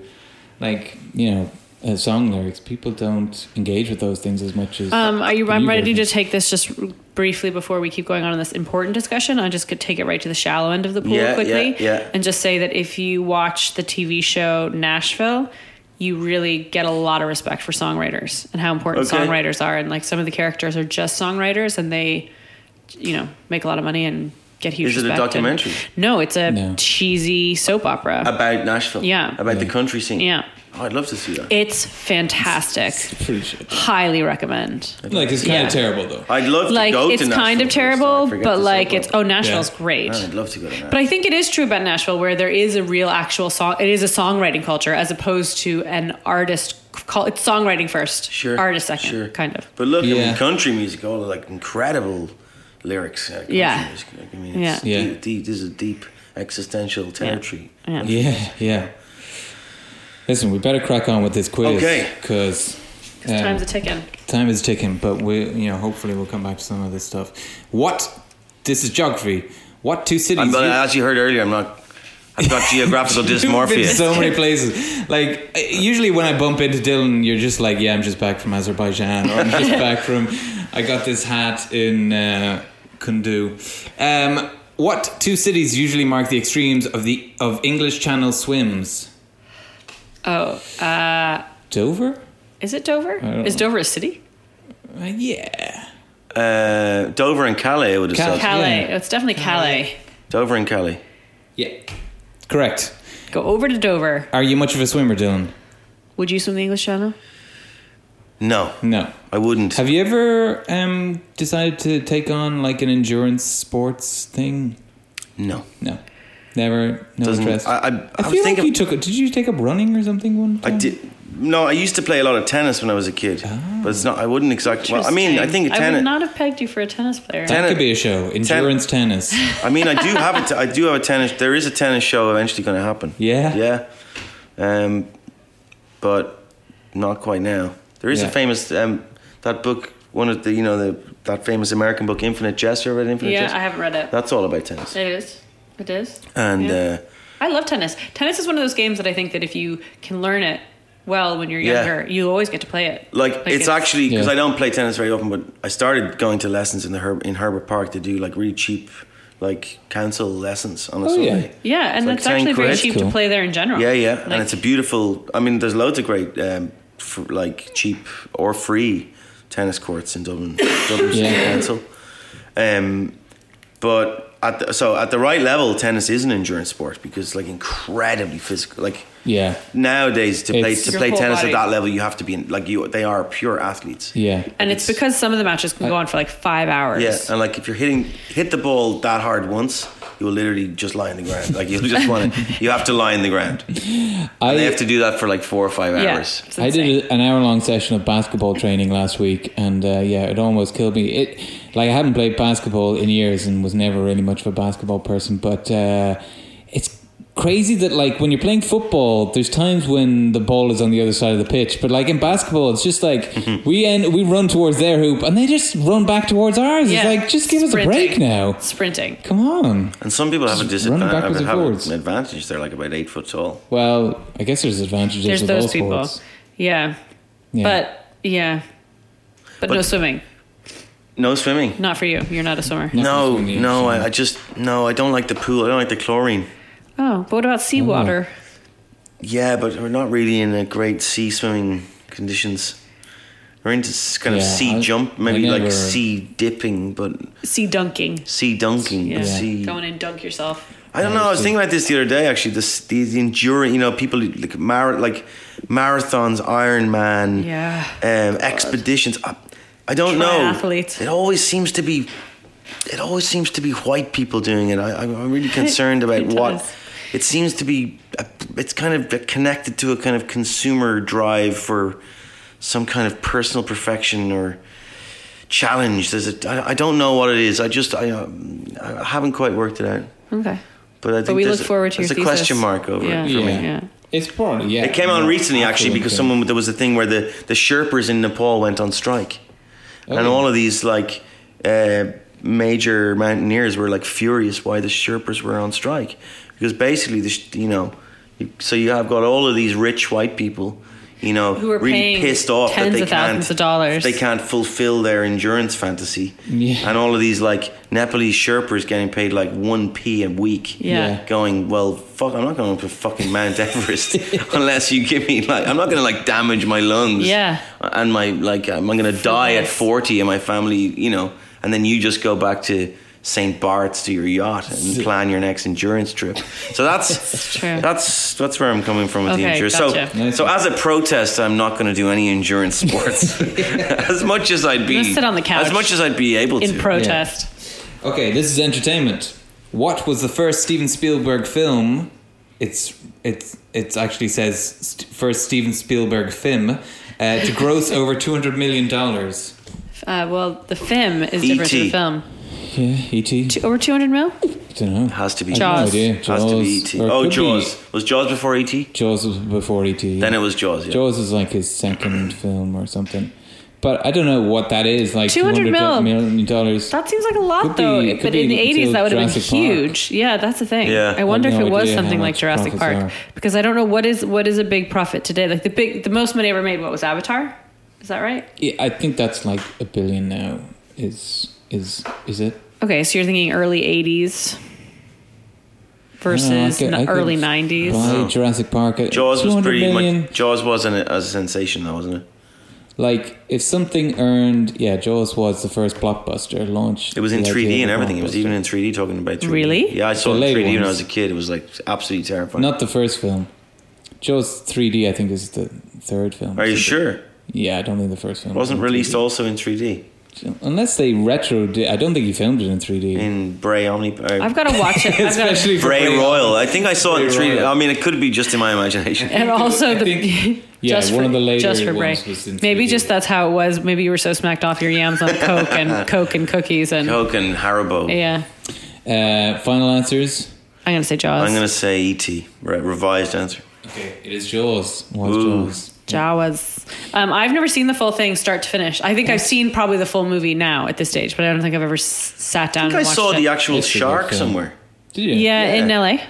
Speaker 3: like you know uh, song lyrics. People don't engage with those things as much as
Speaker 2: Um, are you? I'm
Speaker 3: new
Speaker 2: ready to
Speaker 3: versions.
Speaker 2: take this just briefly before we keep going on in this important discussion. I just could take it right to the shallow end of the pool
Speaker 1: Yeah, yeah,
Speaker 2: quickly,
Speaker 1: yeah.
Speaker 2: and just say that if you watch the TV show Nashville, you really get a lot of respect for songwriters and how important
Speaker 1: Okay.
Speaker 2: songwriters are, and like some of the characters are just songwriters, and they, you know, make a lot of money and get huge.
Speaker 1: Is it a
Speaker 2: respect and-
Speaker 1: documentary?
Speaker 2: no, it's a
Speaker 3: No.
Speaker 2: cheesy soap opera.
Speaker 1: About Nashville.
Speaker 2: Yeah.
Speaker 1: About the
Speaker 3: Yeah.
Speaker 1: country scene.
Speaker 2: Yeah.
Speaker 1: Oh, I'd love to see that.
Speaker 2: it's fantastic.
Speaker 3: pretty shit.
Speaker 2: Highly recommend.
Speaker 3: Like it's kind
Speaker 2: Yeah.
Speaker 3: of terrible though.
Speaker 1: I'd love to
Speaker 2: like
Speaker 1: go to
Speaker 2: it's
Speaker 1: Nashville.
Speaker 2: kind of
Speaker 1: first. I
Speaker 2: terrible,
Speaker 1: forget
Speaker 2: but
Speaker 1: the
Speaker 2: like
Speaker 1: soap
Speaker 2: it's oh
Speaker 1: opera.
Speaker 2: Nashville's
Speaker 3: Yeah.
Speaker 2: great.
Speaker 1: Man, I'd love to go to Nashville.
Speaker 2: But I think it is true about Nashville where there is a real actual song it is a songwriting culture as opposed to an artist call it's songwriting first.
Speaker 1: Sure.
Speaker 2: Artist second.
Speaker 1: sure.
Speaker 2: Kind of.
Speaker 1: But look, I mean,
Speaker 3: Yeah.
Speaker 1: country music, all the, like incredible lyrics. Uh, country
Speaker 2: Yeah.
Speaker 1: Music. Like, I mean, it's
Speaker 3: Yeah. Yeah.
Speaker 1: Deep, deep, this is deep existential territory.
Speaker 2: Yeah.
Speaker 3: Yeah, yeah. Listen, we better crack on with this quiz.
Speaker 1: Okay.
Speaker 3: Because
Speaker 2: Time's a ticking.
Speaker 3: time is ticking, but we, you know, hopefully we'll come back to some of this stuff. What? This is geography. What two cities?
Speaker 1: I'm, but
Speaker 3: you-
Speaker 1: as you heard earlier, I'm not. I've got geographical
Speaker 3: You've been
Speaker 1: dysmorphia.
Speaker 3: so many places. Like uh, usually when I bump into Dylan, you're just like, yeah, I'm just back from Azerbaijan, or I'm just back from. I got this hat in uh, Kundu. Um, what two cities usually mark the extremes of the of English Channel swims?
Speaker 2: Oh,
Speaker 3: Dover.
Speaker 2: is it Dover?
Speaker 3: don't
Speaker 2: Is Dover a city?
Speaker 3: Uh, yeah.
Speaker 1: Uh, Dover and Calais, I would have
Speaker 3: Cal-
Speaker 1: said.
Speaker 2: Calais.
Speaker 3: yeah.
Speaker 2: It's definitely Calais.
Speaker 1: Dover and Calais.
Speaker 3: Yeah. Correct.
Speaker 2: Go over to Dover.
Speaker 3: Are you much of a swimmer, Dylan?
Speaker 2: Would you swim the English Channel?
Speaker 1: No,
Speaker 3: No.
Speaker 1: I wouldn't.
Speaker 3: Have you ever um, decided to take on like an endurance sports thing?
Speaker 1: no,
Speaker 3: No. Never. No
Speaker 1: Doesn't-
Speaker 3: interest.
Speaker 1: I- I- I was
Speaker 3: feel like
Speaker 1: thinking-
Speaker 3: you took. Did you take up running or something one
Speaker 1: I
Speaker 3: time?
Speaker 1: did. No, I used to play a lot of tennis when I was a kid, but
Speaker 3: Ah.
Speaker 1: it's not. I wouldn't exactly. Well, I mean, I think a
Speaker 2: I would
Speaker 1: tennis.
Speaker 2: not have pegged you for a tennis player.
Speaker 1: Ten-
Speaker 3: That could be a show. Endurance tennis.
Speaker 1: I mean, I do have a. T- I do have a tennis. There is a tennis show eventually going to happen.
Speaker 3: Yeah?
Speaker 1: Yeah. Um, but not quite now. There is a
Speaker 3: Yeah.
Speaker 1: famous um, that book. One of the you know the that famous American book, Infinite Jest. You ever read Infinite
Speaker 2: yeah,
Speaker 1: Jest?
Speaker 2: I haven't read it.
Speaker 1: That's all about tennis.
Speaker 2: It is. It is.
Speaker 1: And
Speaker 2: Yeah.
Speaker 1: uh,
Speaker 2: I love tennis. Tennis is one of those games that I think that if you can learn it well when you're
Speaker 1: Yeah.
Speaker 2: younger, you always get to play it.
Speaker 1: like, it's, actually because
Speaker 3: Yeah.
Speaker 1: I don't play tennis very often, but I started going to lessons in the Herb- in Herbert Park to do like really cheap like council lessons on a
Speaker 3: Oh, yeah.
Speaker 1: Sunday.
Speaker 2: yeah, and
Speaker 1: like
Speaker 2: it's
Speaker 1: 10
Speaker 2: actually very
Speaker 1: quid.
Speaker 2: cheap to
Speaker 3: Cool.
Speaker 2: play there in general.
Speaker 1: Yeah, yeah, and
Speaker 2: Like,
Speaker 1: it's a beautiful. I mean, there's loads of great, um, f like cheap or free tennis courts in Dublin, Dublin City
Speaker 3: Yeah.
Speaker 1: Council. Um, but at the, so at the right level, tennis is an endurance sport because it's like incredibly physical. Like
Speaker 3: yeah.
Speaker 1: nowadays, to play
Speaker 3: It's-
Speaker 1: to
Speaker 2: Your
Speaker 1: play
Speaker 2: whole
Speaker 1: tennis
Speaker 2: body.
Speaker 1: at that level, you have to be in, like you. They are pure athletes.
Speaker 3: Yeah.
Speaker 2: and it's, because some of the matches can go on for like five hours.
Speaker 1: Yeah, um, and like if you're hitting hit the ball that hard once, you will literally just lie on the ground. Like you just want to, you have to lie on the ground.
Speaker 3: I
Speaker 1: They have to do that for like four or five
Speaker 2: Yeah,
Speaker 1: hours.
Speaker 2: it's
Speaker 3: I
Speaker 2: insane.
Speaker 3: did a- an hour long session of basketball training last week, and uh, yeah, it almost killed me. It like I hadn't played basketball in years and was never really much of a basketball person, but uh, it's crazy that like when you're playing football, there's times when the ball is on the other side of the pitch, but like in basketball, it's just like we end we run towards their hoop and they just run back towards ours.
Speaker 2: Yeah.
Speaker 3: It's like just give us a
Speaker 2: Sprinting.
Speaker 3: break now.
Speaker 2: Sprinting.
Speaker 3: Come on.
Speaker 1: And some people have a
Speaker 3: Just running backwards
Speaker 1: disadvantage.
Speaker 3: and
Speaker 1: Have
Speaker 3: forwards.
Speaker 1: an advantage. They're like about eight foot tall.
Speaker 3: Well, I guess there's advantages
Speaker 2: There's
Speaker 3: with all
Speaker 2: those people.
Speaker 3: sports.
Speaker 2: Yeah.
Speaker 3: Yeah.
Speaker 2: But yeah. But, no
Speaker 1: But-
Speaker 2: swimming.
Speaker 1: No swimming.
Speaker 2: Not for you. You're not a swimmer.
Speaker 1: No,
Speaker 3: swimming,
Speaker 1: no.
Speaker 3: yeah.
Speaker 1: I, I just no. I don't like the pool. I don't like the chlorine.
Speaker 2: Oh, but what about seawater?
Speaker 1: Yeah, but we're not really in a great sea swimming conditions. We're into s- kind of
Speaker 3: Yeah,
Speaker 1: sea
Speaker 3: I-
Speaker 1: jump,
Speaker 3: I
Speaker 1: maybe like
Speaker 3: never-
Speaker 1: sea dipping, but
Speaker 2: Sea dunking.
Speaker 1: sea dunking.
Speaker 2: Yeah.
Speaker 1: but Sea.
Speaker 2: Go in and dunk yourself.
Speaker 1: I don't know. I was thinking about this the other day. Actually, this the, the endurance. You know, people who- like mar- like marathons, Ironman,
Speaker 2: Yeah.
Speaker 1: um, expeditions. I, I don't
Speaker 2: Triathletes.
Speaker 1: know. It always seems to be. It always seems to be white people doing it. I, I'm I'm really concerned about
Speaker 2: It
Speaker 1: what.
Speaker 2: does.
Speaker 1: It seems to be. A, it's kind of connected to a kind of consumer drive for some kind of personal perfection or challenge. There's a I, I don't know what it is. I just I, um, I haven't quite worked it out.
Speaker 2: Okay.
Speaker 1: But I think
Speaker 2: we
Speaker 1: there's
Speaker 2: look forward
Speaker 1: a,
Speaker 2: to
Speaker 1: there's
Speaker 2: your
Speaker 1: a question
Speaker 2: thesis.
Speaker 1: mark over
Speaker 2: Yeah.
Speaker 1: it for
Speaker 3: yeah.
Speaker 1: me.
Speaker 2: Yeah.
Speaker 3: It's probably yeah.
Speaker 1: It came on
Speaker 3: yeah,
Speaker 1: recently actually
Speaker 3: absolutely.
Speaker 1: because someone there was a thing where the the Sherpers in Nepal went on strike,
Speaker 3: Oh.
Speaker 1: and all of these like uh, major mountaineers were like furious why the Sherpers were on strike because basically the sh- you know you- so you have got all of these rich white people. You know,
Speaker 2: Who are
Speaker 1: really
Speaker 2: paying
Speaker 1: pissed off that
Speaker 2: tens
Speaker 1: they
Speaker 2: of
Speaker 1: can't
Speaker 2: thousands of dollars.
Speaker 1: they can't fulfill their endurance fantasy,
Speaker 3: Yeah.
Speaker 1: and all of these like Nepalese Sherpers getting paid like one p a week
Speaker 2: Yeah.
Speaker 1: going, well, fuck, I'm not going up to fucking Mount Everest unless you give me like, I'm not going to like damage my lungs.
Speaker 2: Yeah.
Speaker 1: And my like, I'm going to die at
Speaker 2: life.
Speaker 1: 40, and my family, you know, and then you just go back to St. Bart's to your yacht and plan your next endurance trip. So that's that's
Speaker 2: true.
Speaker 1: That's that's where I'm coming from with the
Speaker 2: Okay,
Speaker 1: endurance.
Speaker 2: gotcha.
Speaker 1: So
Speaker 3: Nice.
Speaker 1: so as a protest, I'm not going to do any endurance sports. as much as I'd be,
Speaker 2: Just sit on the couch.
Speaker 1: As much as I'd be able
Speaker 2: In
Speaker 1: to.
Speaker 2: protest.
Speaker 3: Okay, this is entertainment. What was the first Steven Spielberg film? It's it's it actually says st- first Steven Spielberg film uh, to gross over two hundred million dollars.
Speaker 2: Uh, well, the film is different to
Speaker 1: E.T..
Speaker 2: the film.
Speaker 3: Yeah, ET.
Speaker 2: Two, over 200 mil?
Speaker 3: don't know.
Speaker 1: has to be
Speaker 2: Jaws. No idea.
Speaker 1: Has to be ET. Oh, Jaws. Was Jaws before ET?
Speaker 3: Jaws was before ET.
Speaker 1: Then it was Jaws. Yeah.
Speaker 3: Jaws is like his second film or something. But I don't know what that is. Like
Speaker 2: 200
Speaker 3: 200
Speaker 2: mil.
Speaker 3: million dollars.
Speaker 2: That seems like a lot,
Speaker 3: Could be-
Speaker 2: though.
Speaker 3: it could
Speaker 2: but in
Speaker 3: be
Speaker 2: the 80s, that would have been
Speaker 3: Jurassic Park.
Speaker 2: huge. Yeah, that's the thing.
Speaker 1: Yeah.
Speaker 2: I wonder
Speaker 3: I've
Speaker 2: if
Speaker 3: no
Speaker 2: it was
Speaker 3: idea how
Speaker 2: something
Speaker 3: much
Speaker 2: like Jurassic
Speaker 3: profits
Speaker 2: Park.
Speaker 3: are.
Speaker 2: Because I don't know what is what is a big profit today. Like the big, the most money ever made, what was Avatar? Is that right?
Speaker 3: Yeah, I think that's like a billion now. Is is is it?
Speaker 2: Okay, so you're thinking early 80s
Speaker 3: I don't know, I
Speaker 2: versus
Speaker 3: could- I
Speaker 2: the
Speaker 3: could
Speaker 2: early 90s.
Speaker 3: Buy Jurassic Park. At
Speaker 1: Jaws was
Speaker 3: 200
Speaker 1: pretty
Speaker 3: million.
Speaker 1: much. Jaws wasn't a, as a sensation though, wasn't it?
Speaker 3: Like if something earned, yeah, Jaws was the first blockbuster launch.
Speaker 1: It was in
Speaker 3: the
Speaker 1: 3D
Speaker 3: idea
Speaker 1: and
Speaker 3: of a
Speaker 1: everything. It was
Speaker 3: blockbuster.
Speaker 1: even in 3D. Talking about 3D.
Speaker 2: Really?
Speaker 1: Yeah, I saw it
Speaker 3: The
Speaker 1: in
Speaker 3: later
Speaker 1: 3D when I
Speaker 3: ones.
Speaker 1: was a kid. It was like absolutely terrifying.
Speaker 3: not the first film. Jaws 3D, I think, is the third film.
Speaker 1: Are you sure?
Speaker 3: Yeah, I don't think the first film
Speaker 1: It wasn't
Speaker 3: was in
Speaker 1: released
Speaker 3: 3D.
Speaker 1: also in 3D
Speaker 3: unless they retro. Did, I don't think he filmed it in 3D.
Speaker 1: in Bray Omni. Uh,
Speaker 2: I've got to watch it. I've got to,
Speaker 3: Especially for
Speaker 1: Bray
Speaker 3: Ray
Speaker 1: Royal. I think I saw it in
Speaker 3: Bray
Speaker 1: 3D.
Speaker 3: Royal.
Speaker 1: I mean, it could be just in my imagination.
Speaker 2: and also
Speaker 3: I
Speaker 2: the
Speaker 3: think- yeah,
Speaker 2: just
Speaker 3: one
Speaker 2: for,
Speaker 3: of the later
Speaker 2: just for
Speaker 3: ones
Speaker 2: break.
Speaker 3: was in
Speaker 2: Maybe
Speaker 3: 3D.
Speaker 2: just that's how it was. Maybe you were so smacked off your yams on coke and coke and cookies and
Speaker 1: Coke and Haribo.
Speaker 2: yeah.
Speaker 3: Uh, final answers.
Speaker 2: I'm gonna say Jaws.
Speaker 1: I'm gonna say ET. Right, revised answer.
Speaker 3: Okay, it is Jaws. Was
Speaker 1: Ooh.
Speaker 3: Jaws.
Speaker 2: Jawas. Um, I've never seen the full thing start to finish. I think I've seen probably the full movie now at this stage, but I don't think I've ever s- sat down.
Speaker 1: I think I
Speaker 2: and watched
Speaker 1: saw
Speaker 2: it.
Speaker 1: the actual
Speaker 3: It's a good
Speaker 1: shark
Speaker 3: film.
Speaker 1: somewhere.
Speaker 3: Did you?
Speaker 2: yeah, in
Speaker 1: Yeah.
Speaker 2: LA.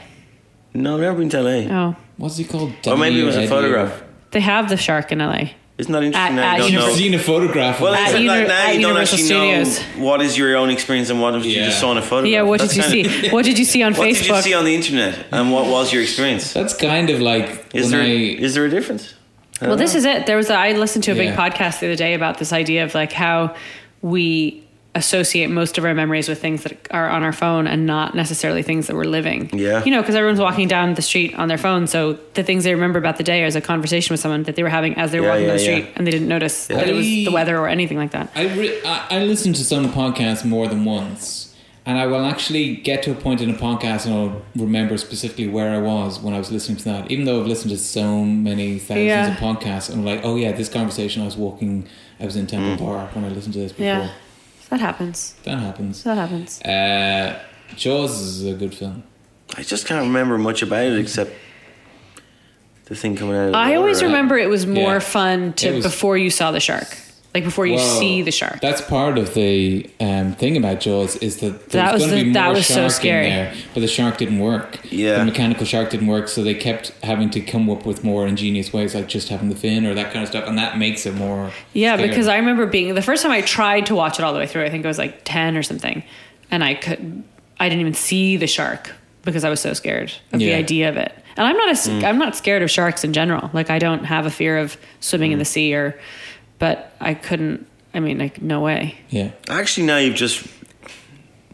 Speaker 1: No, I've never been to LA.
Speaker 2: Oh,
Speaker 3: What's he called? E.
Speaker 1: Or maybe it was a
Speaker 3: Danny
Speaker 1: photograph.
Speaker 2: they have the shark in LA.
Speaker 1: Isn't that interesting? that
Speaker 2: At- at
Speaker 1: you don't
Speaker 3: You've
Speaker 1: know.
Speaker 2: Universal-
Speaker 3: seen a photograph.
Speaker 1: Well,
Speaker 3: of
Speaker 1: it's
Speaker 2: At
Speaker 1: like
Speaker 2: uni-
Speaker 1: now
Speaker 2: at
Speaker 1: you don't
Speaker 2: Universal
Speaker 1: actually
Speaker 2: Studios.
Speaker 1: know what is your own experience and what you
Speaker 3: Yeah.
Speaker 1: just saw in a photograph.
Speaker 2: Yeah, what
Speaker 1: That's
Speaker 2: did you
Speaker 1: kind of-
Speaker 2: see? What did you see on
Speaker 1: What
Speaker 2: Facebook?
Speaker 1: did you see on the internet and what was your experience?
Speaker 3: That's kind of like
Speaker 1: Is
Speaker 3: when
Speaker 1: there
Speaker 3: I.
Speaker 1: is there a difference? I
Speaker 2: Well,
Speaker 1: don't
Speaker 2: this
Speaker 1: know.
Speaker 2: is it. There was a, I listened to a big
Speaker 3: Yeah.
Speaker 2: podcast the other day about this idea of like how we associate most of our memories with things that are on our phone and not necessarily things that we're living.
Speaker 1: Yeah.
Speaker 2: You know, because everyone's walking down the street on their phone, so the things they remember about the day is a conversation with someone that they were having as they were
Speaker 1: Yeah,
Speaker 2: walking down the
Speaker 1: yeah, yeah.
Speaker 2: street and they didn't notice that it was
Speaker 3: I-
Speaker 2: the weather or anything like that.
Speaker 3: I, re- I I listen to some podcasts more than once, and I will actually get to a point in a podcast and I'll remember specifically where I was when I was listening to that. Even though I've listened to so many thousands
Speaker 2: Yeah.
Speaker 3: of podcasts, and I'm like, oh yeah, this conversation I was walking, I was in Temple
Speaker 1: Mm.
Speaker 3: Park when I listened to this before.
Speaker 2: Yeah. So that happens.
Speaker 3: That happens.
Speaker 2: So that happens.
Speaker 3: Uh, Jaws is a good film.
Speaker 1: I just can't remember much about it except the thing coming out. Of the
Speaker 2: I
Speaker 1: water,
Speaker 2: always
Speaker 1: right?
Speaker 2: remember it was more
Speaker 3: Yeah.
Speaker 2: fun to
Speaker 3: It was-
Speaker 2: before you saw the shark. Like before you
Speaker 3: Whoa.
Speaker 2: see the shark.
Speaker 3: That's part of the um, thing about Jaws is that there
Speaker 2: That
Speaker 3: was,
Speaker 2: was the-
Speaker 3: going to be
Speaker 2: that
Speaker 3: more
Speaker 2: was so
Speaker 3: shark
Speaker 2: scary.
Speaker 3: in there, but the shark didn't work.
Speaker 1: Yeah.
Speaker 3: the mechanical shark didn't work, so they kept having to come up with more ingenious ways, like just having the fin or that kind of stuff, and that makes it more.
Speaker 2: Yeah,
Speaker 3: scary.
Speaker 2: because I remember being the first time I tried to watch it all the way through. I think it was like ten or something, and I could, I didn't even see the shark because I was so scared of the
Speaker 3: Yeah.
Speaker 2: idea of it. And I'm not a, s-
Speaker 1: Mm.
Speaker 2: I'm not scared of sharks in general. Like I don't have a fear of swimming in the
Speaker 1: Mm.
Speaker 2: sea or, but I couldn't. I mean, like no way.
Speaker 3: yeah,
Speaker 1: Actually, now you've just.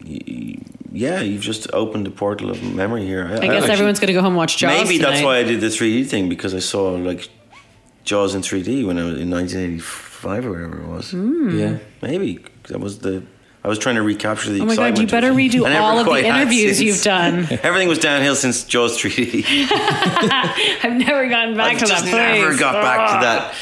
Speaker 1: y- y- Yeah, you've just opened a portal of memory here.
Speaker 2: I guess
Speaker 1: actually-
Speaker 2: everyone's gonna go home and watch Jaws.
Speaker 1: Maybe that's
Speaker 2: tonight.
Speaker 1: why I did the 3D thing because I saw like Jaws
Speaker 2: Hmm?
Speaker 1: in 3D when I was in 1985 or whatever it was.
Speaker 3: yeah,
Speaker 1: Maybe that was the I was trying to recapture the
Speaker 2: Oh my
Speaker 1: excitement.
Speaker 2: god, you better redo
Speaker 1: I never
Speaker 2: all of the
Speaker 1: quite had
Speaker 2: interviews
Speaker 1: since.
Speaker 2: you've done.
Speaker 1: Everything was downhill since Jaws 3D.
Speaker 2: I've never gotten
Speaker 1: I
Speaker 2: back to
Speaker 1: just
Speaker 2: that place. Oh,
Speaker 1: never got back to that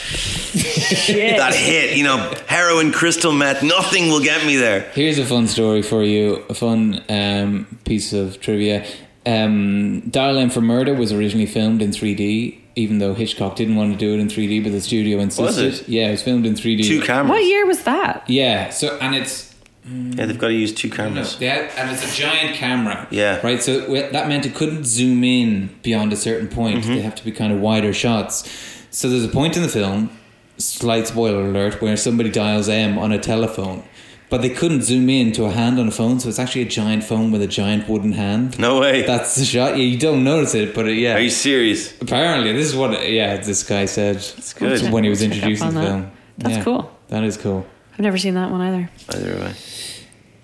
Speaker 2: Shit.
Speaker 1: that hit. You know, heroin, crystal meth, nothing will get me there.
Speaker 3: Here's a fun story for you. A fun um, piece of trivia. Um, Dial M for Murder was originally filmed in 3D, even though Hitchcock didn't want to do it in 3D, but the studio insisted.
Speaker 1: it?
Speaker 3: Yeah, it was filmed in 3D.
Speaker 1: Two cameras.
Speaker 2: What year was that?
Speaker 3: Yeah. So and it's
Speaker 1: Yeah, they've got to use two
Speaker 3: no,
Speaker 1: cameras.
Speaker 3: they had- and it's a giant camera.
Speaker 1: Yeah.
Speaker 3: Right. So w- that meant it couldn't zoom in beyond a certain point.
Speaker 2: Mm-hmm.
Speaker 3: They have to be kind of wider shots. So there's a point in the film, slight spoiler alert, where somebody dials M on a telephone, but they couldn't zoom in to a hand on a phone. So it's actually a giant phone with a giant wooden hand.
Speaker 1: No way.
Speaker 3: That's the shot. Yeah, you don't notice it, but it, yeah.
Speaker 1: Are you serious?
Speaker 3: Apparently, this is what yeah this guy said
Speaker 1: good.
Speaker 3: when he was
Speaker 2: Check up
Speaker 3: introducing
Speaker 2: on
Speaker 3: the
Speaker 2: that.
Speaker 3: film.
Speaker 2: That's
Speaker 3: Yeah.
Speaker 2: cool.
Speaker 3: That is cool.
Speaker 2: I've never seen that one either.
Speaker 1: Either way.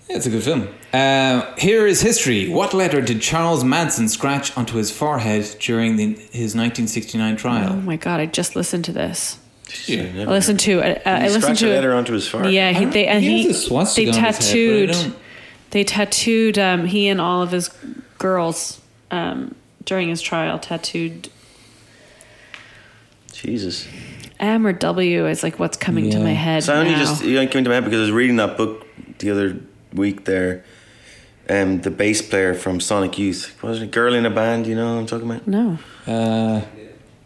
Speaker 3: Yeah, it's a good film. Uh, here is history. What letter did Charles Manson scratch onto his forehead during the, his 1969
Speaker 2: Oh
Speaker 3: trial?
Speaker 2: my god, I just listened to this.
Speaker 1: Shit, I've
Speaker 2: I
Speaker 1: never-
Speaker 2: listened to uh, uh, I
Speaker 1: He
Speaker 2: listened
Speaker 1: scratched a
Speaker 2: to
Speaker 1: letter onto his forehead.
Speaker 2: Yeah, he,
Speaker 3: don't-
Speaker 2: they and
Speaker 3: he
Speaker 2: he,
Speaker 3: has a swastika
Speaker 2: they
Speaker 3: on his head, but I
Speaker 2: tattooed
Speaker 3: don't-
Speaker 2: they tattooed um, he and all of his girls um, during his trial tattooed
Speaker 1: Jesus.
Speaker 2: M or W is like what's coming to
Speaker 3: Yeah.
Speaker 2: my head.
Speaker 1: So I only
Speaker 2: now.
Speaker 1: just you know, came to my head because I was reading that book the other week there. Um, the bass player from Sonic Youth. Wasn't it a girl in a band, you know what I'm talking about?
Speaker 2: no.
Speaker 3: Uh,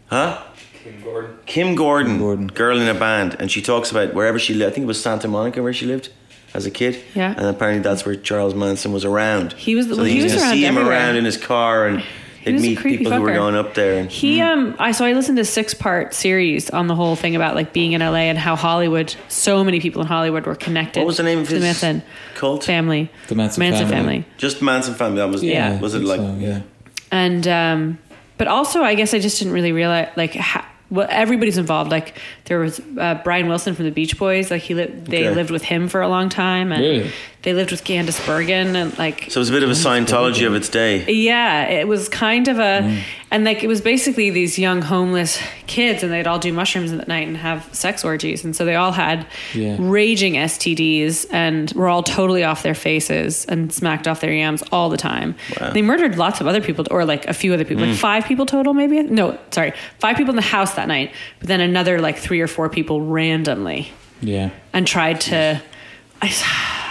Speaker 1: Huh?
Speaker 4: Kim Gordon.
Speaker 1: Kim Gordon,
Speaker 3: Gordon.
Speaker 1: girl in a band, and she talks about wherever she lived. I think it was Santa Monica where she lived as a kid.
Speaker 2: Yeah.
Speaker 1: And apparently that's where Charles Manson was around.
Speaker 2: He was- well,
Speaker 1: they
Speaker 2: he
Speaker 1: used
Speaker 2: was
Speaker 1: to
Speaker 2: around
Speaker 1: see him
Speaker 2: everywhere.
Speaker 1: around in his car, and they'd
Speaker 2: was a
Speaker 1: meet
Speaker 2: creepy
Speaker 1: people who were
Speaker 2: fucker.
Speaker 1: going up there. And
Speaker 2: He
Speaker 3: Hmm.
Speaker 2: um I so I listened to a six part series on the whole thing about like being in LA and how Hollywood so many people in Hollywood were connected.
Speaker 1: what was the name of
Speaker 2: to
Speaker 1: his
Speaker 2: the Manson
Speaker 1: cult?
Speaker 2: family?
Speaker 3: The Manson family.
Speaker 1: Just Manson family. That was
Speaker 2: Yeah.
Speaker 1: Was
Speaker 3: I
Speaker 1: it
Speaker 3: think
Speaker 1: like
Speaker 3: so, yeah.
Speaker 2: and um, but also I guess I just didn't really realize like ha- well everybody's involved. Like there was uh, Brian Wilson from the Beach Boys. Like he li- they
Speaker 1: Okay.
Speaker 2: lived with him for a long time, and
Speaker 3: Really?
Speaker 2: they lived with Candace Bergen, and like
Speaker 1: So it was a bit of a Scientology of its day.
Speaker 2: yeah, it was kind of a
Speaker 3: Mm.
Speaker 2: and like it was basically these young homeless kids, and they'd all do mushrooms at night and have sex orgies, and so they all had
Speaker 3: Yeah.
Speaker 2: raging STDs and were all totally off their faces and smacked off their yams all the time. They murdered lots of other people, or like a few other people,
Speaker 3: Mm.
Speaker 2: like five people total, maybe. No, sorry, five people in the house that night, but then another like three or four people randomly,
Speaker 3: Yeah.
Speaker 2: and tried to. I, s-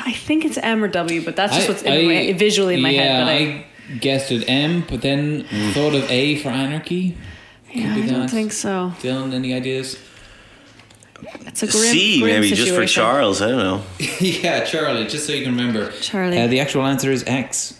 Speaker 2: I think it's M or W, but that's just what's in my, visually in my
Speaker 3: yeah,
Speaker 2: head. But I,
Speaker 3: I, guessed it M, but then thought of A for anarchy.
Speaker 2: yeah,
Speaker 3: be
Speaker 2: I don't
Speaker 3: that.
Speaker 2: think so.
Speaker 3: Dylan, any ideas?
Speaker 2: It's a grim,
Speaker 1: C
Speaker 2: grim
Speaker 1: maybe
Speaker 2: situation.
Speaker 1: just for Charles. I don't know.
Speaker 3: yeah, Charlie, just so you can remember.
Speaker 2: Charlie.
Speaker 3: Uh, the actual answer is X.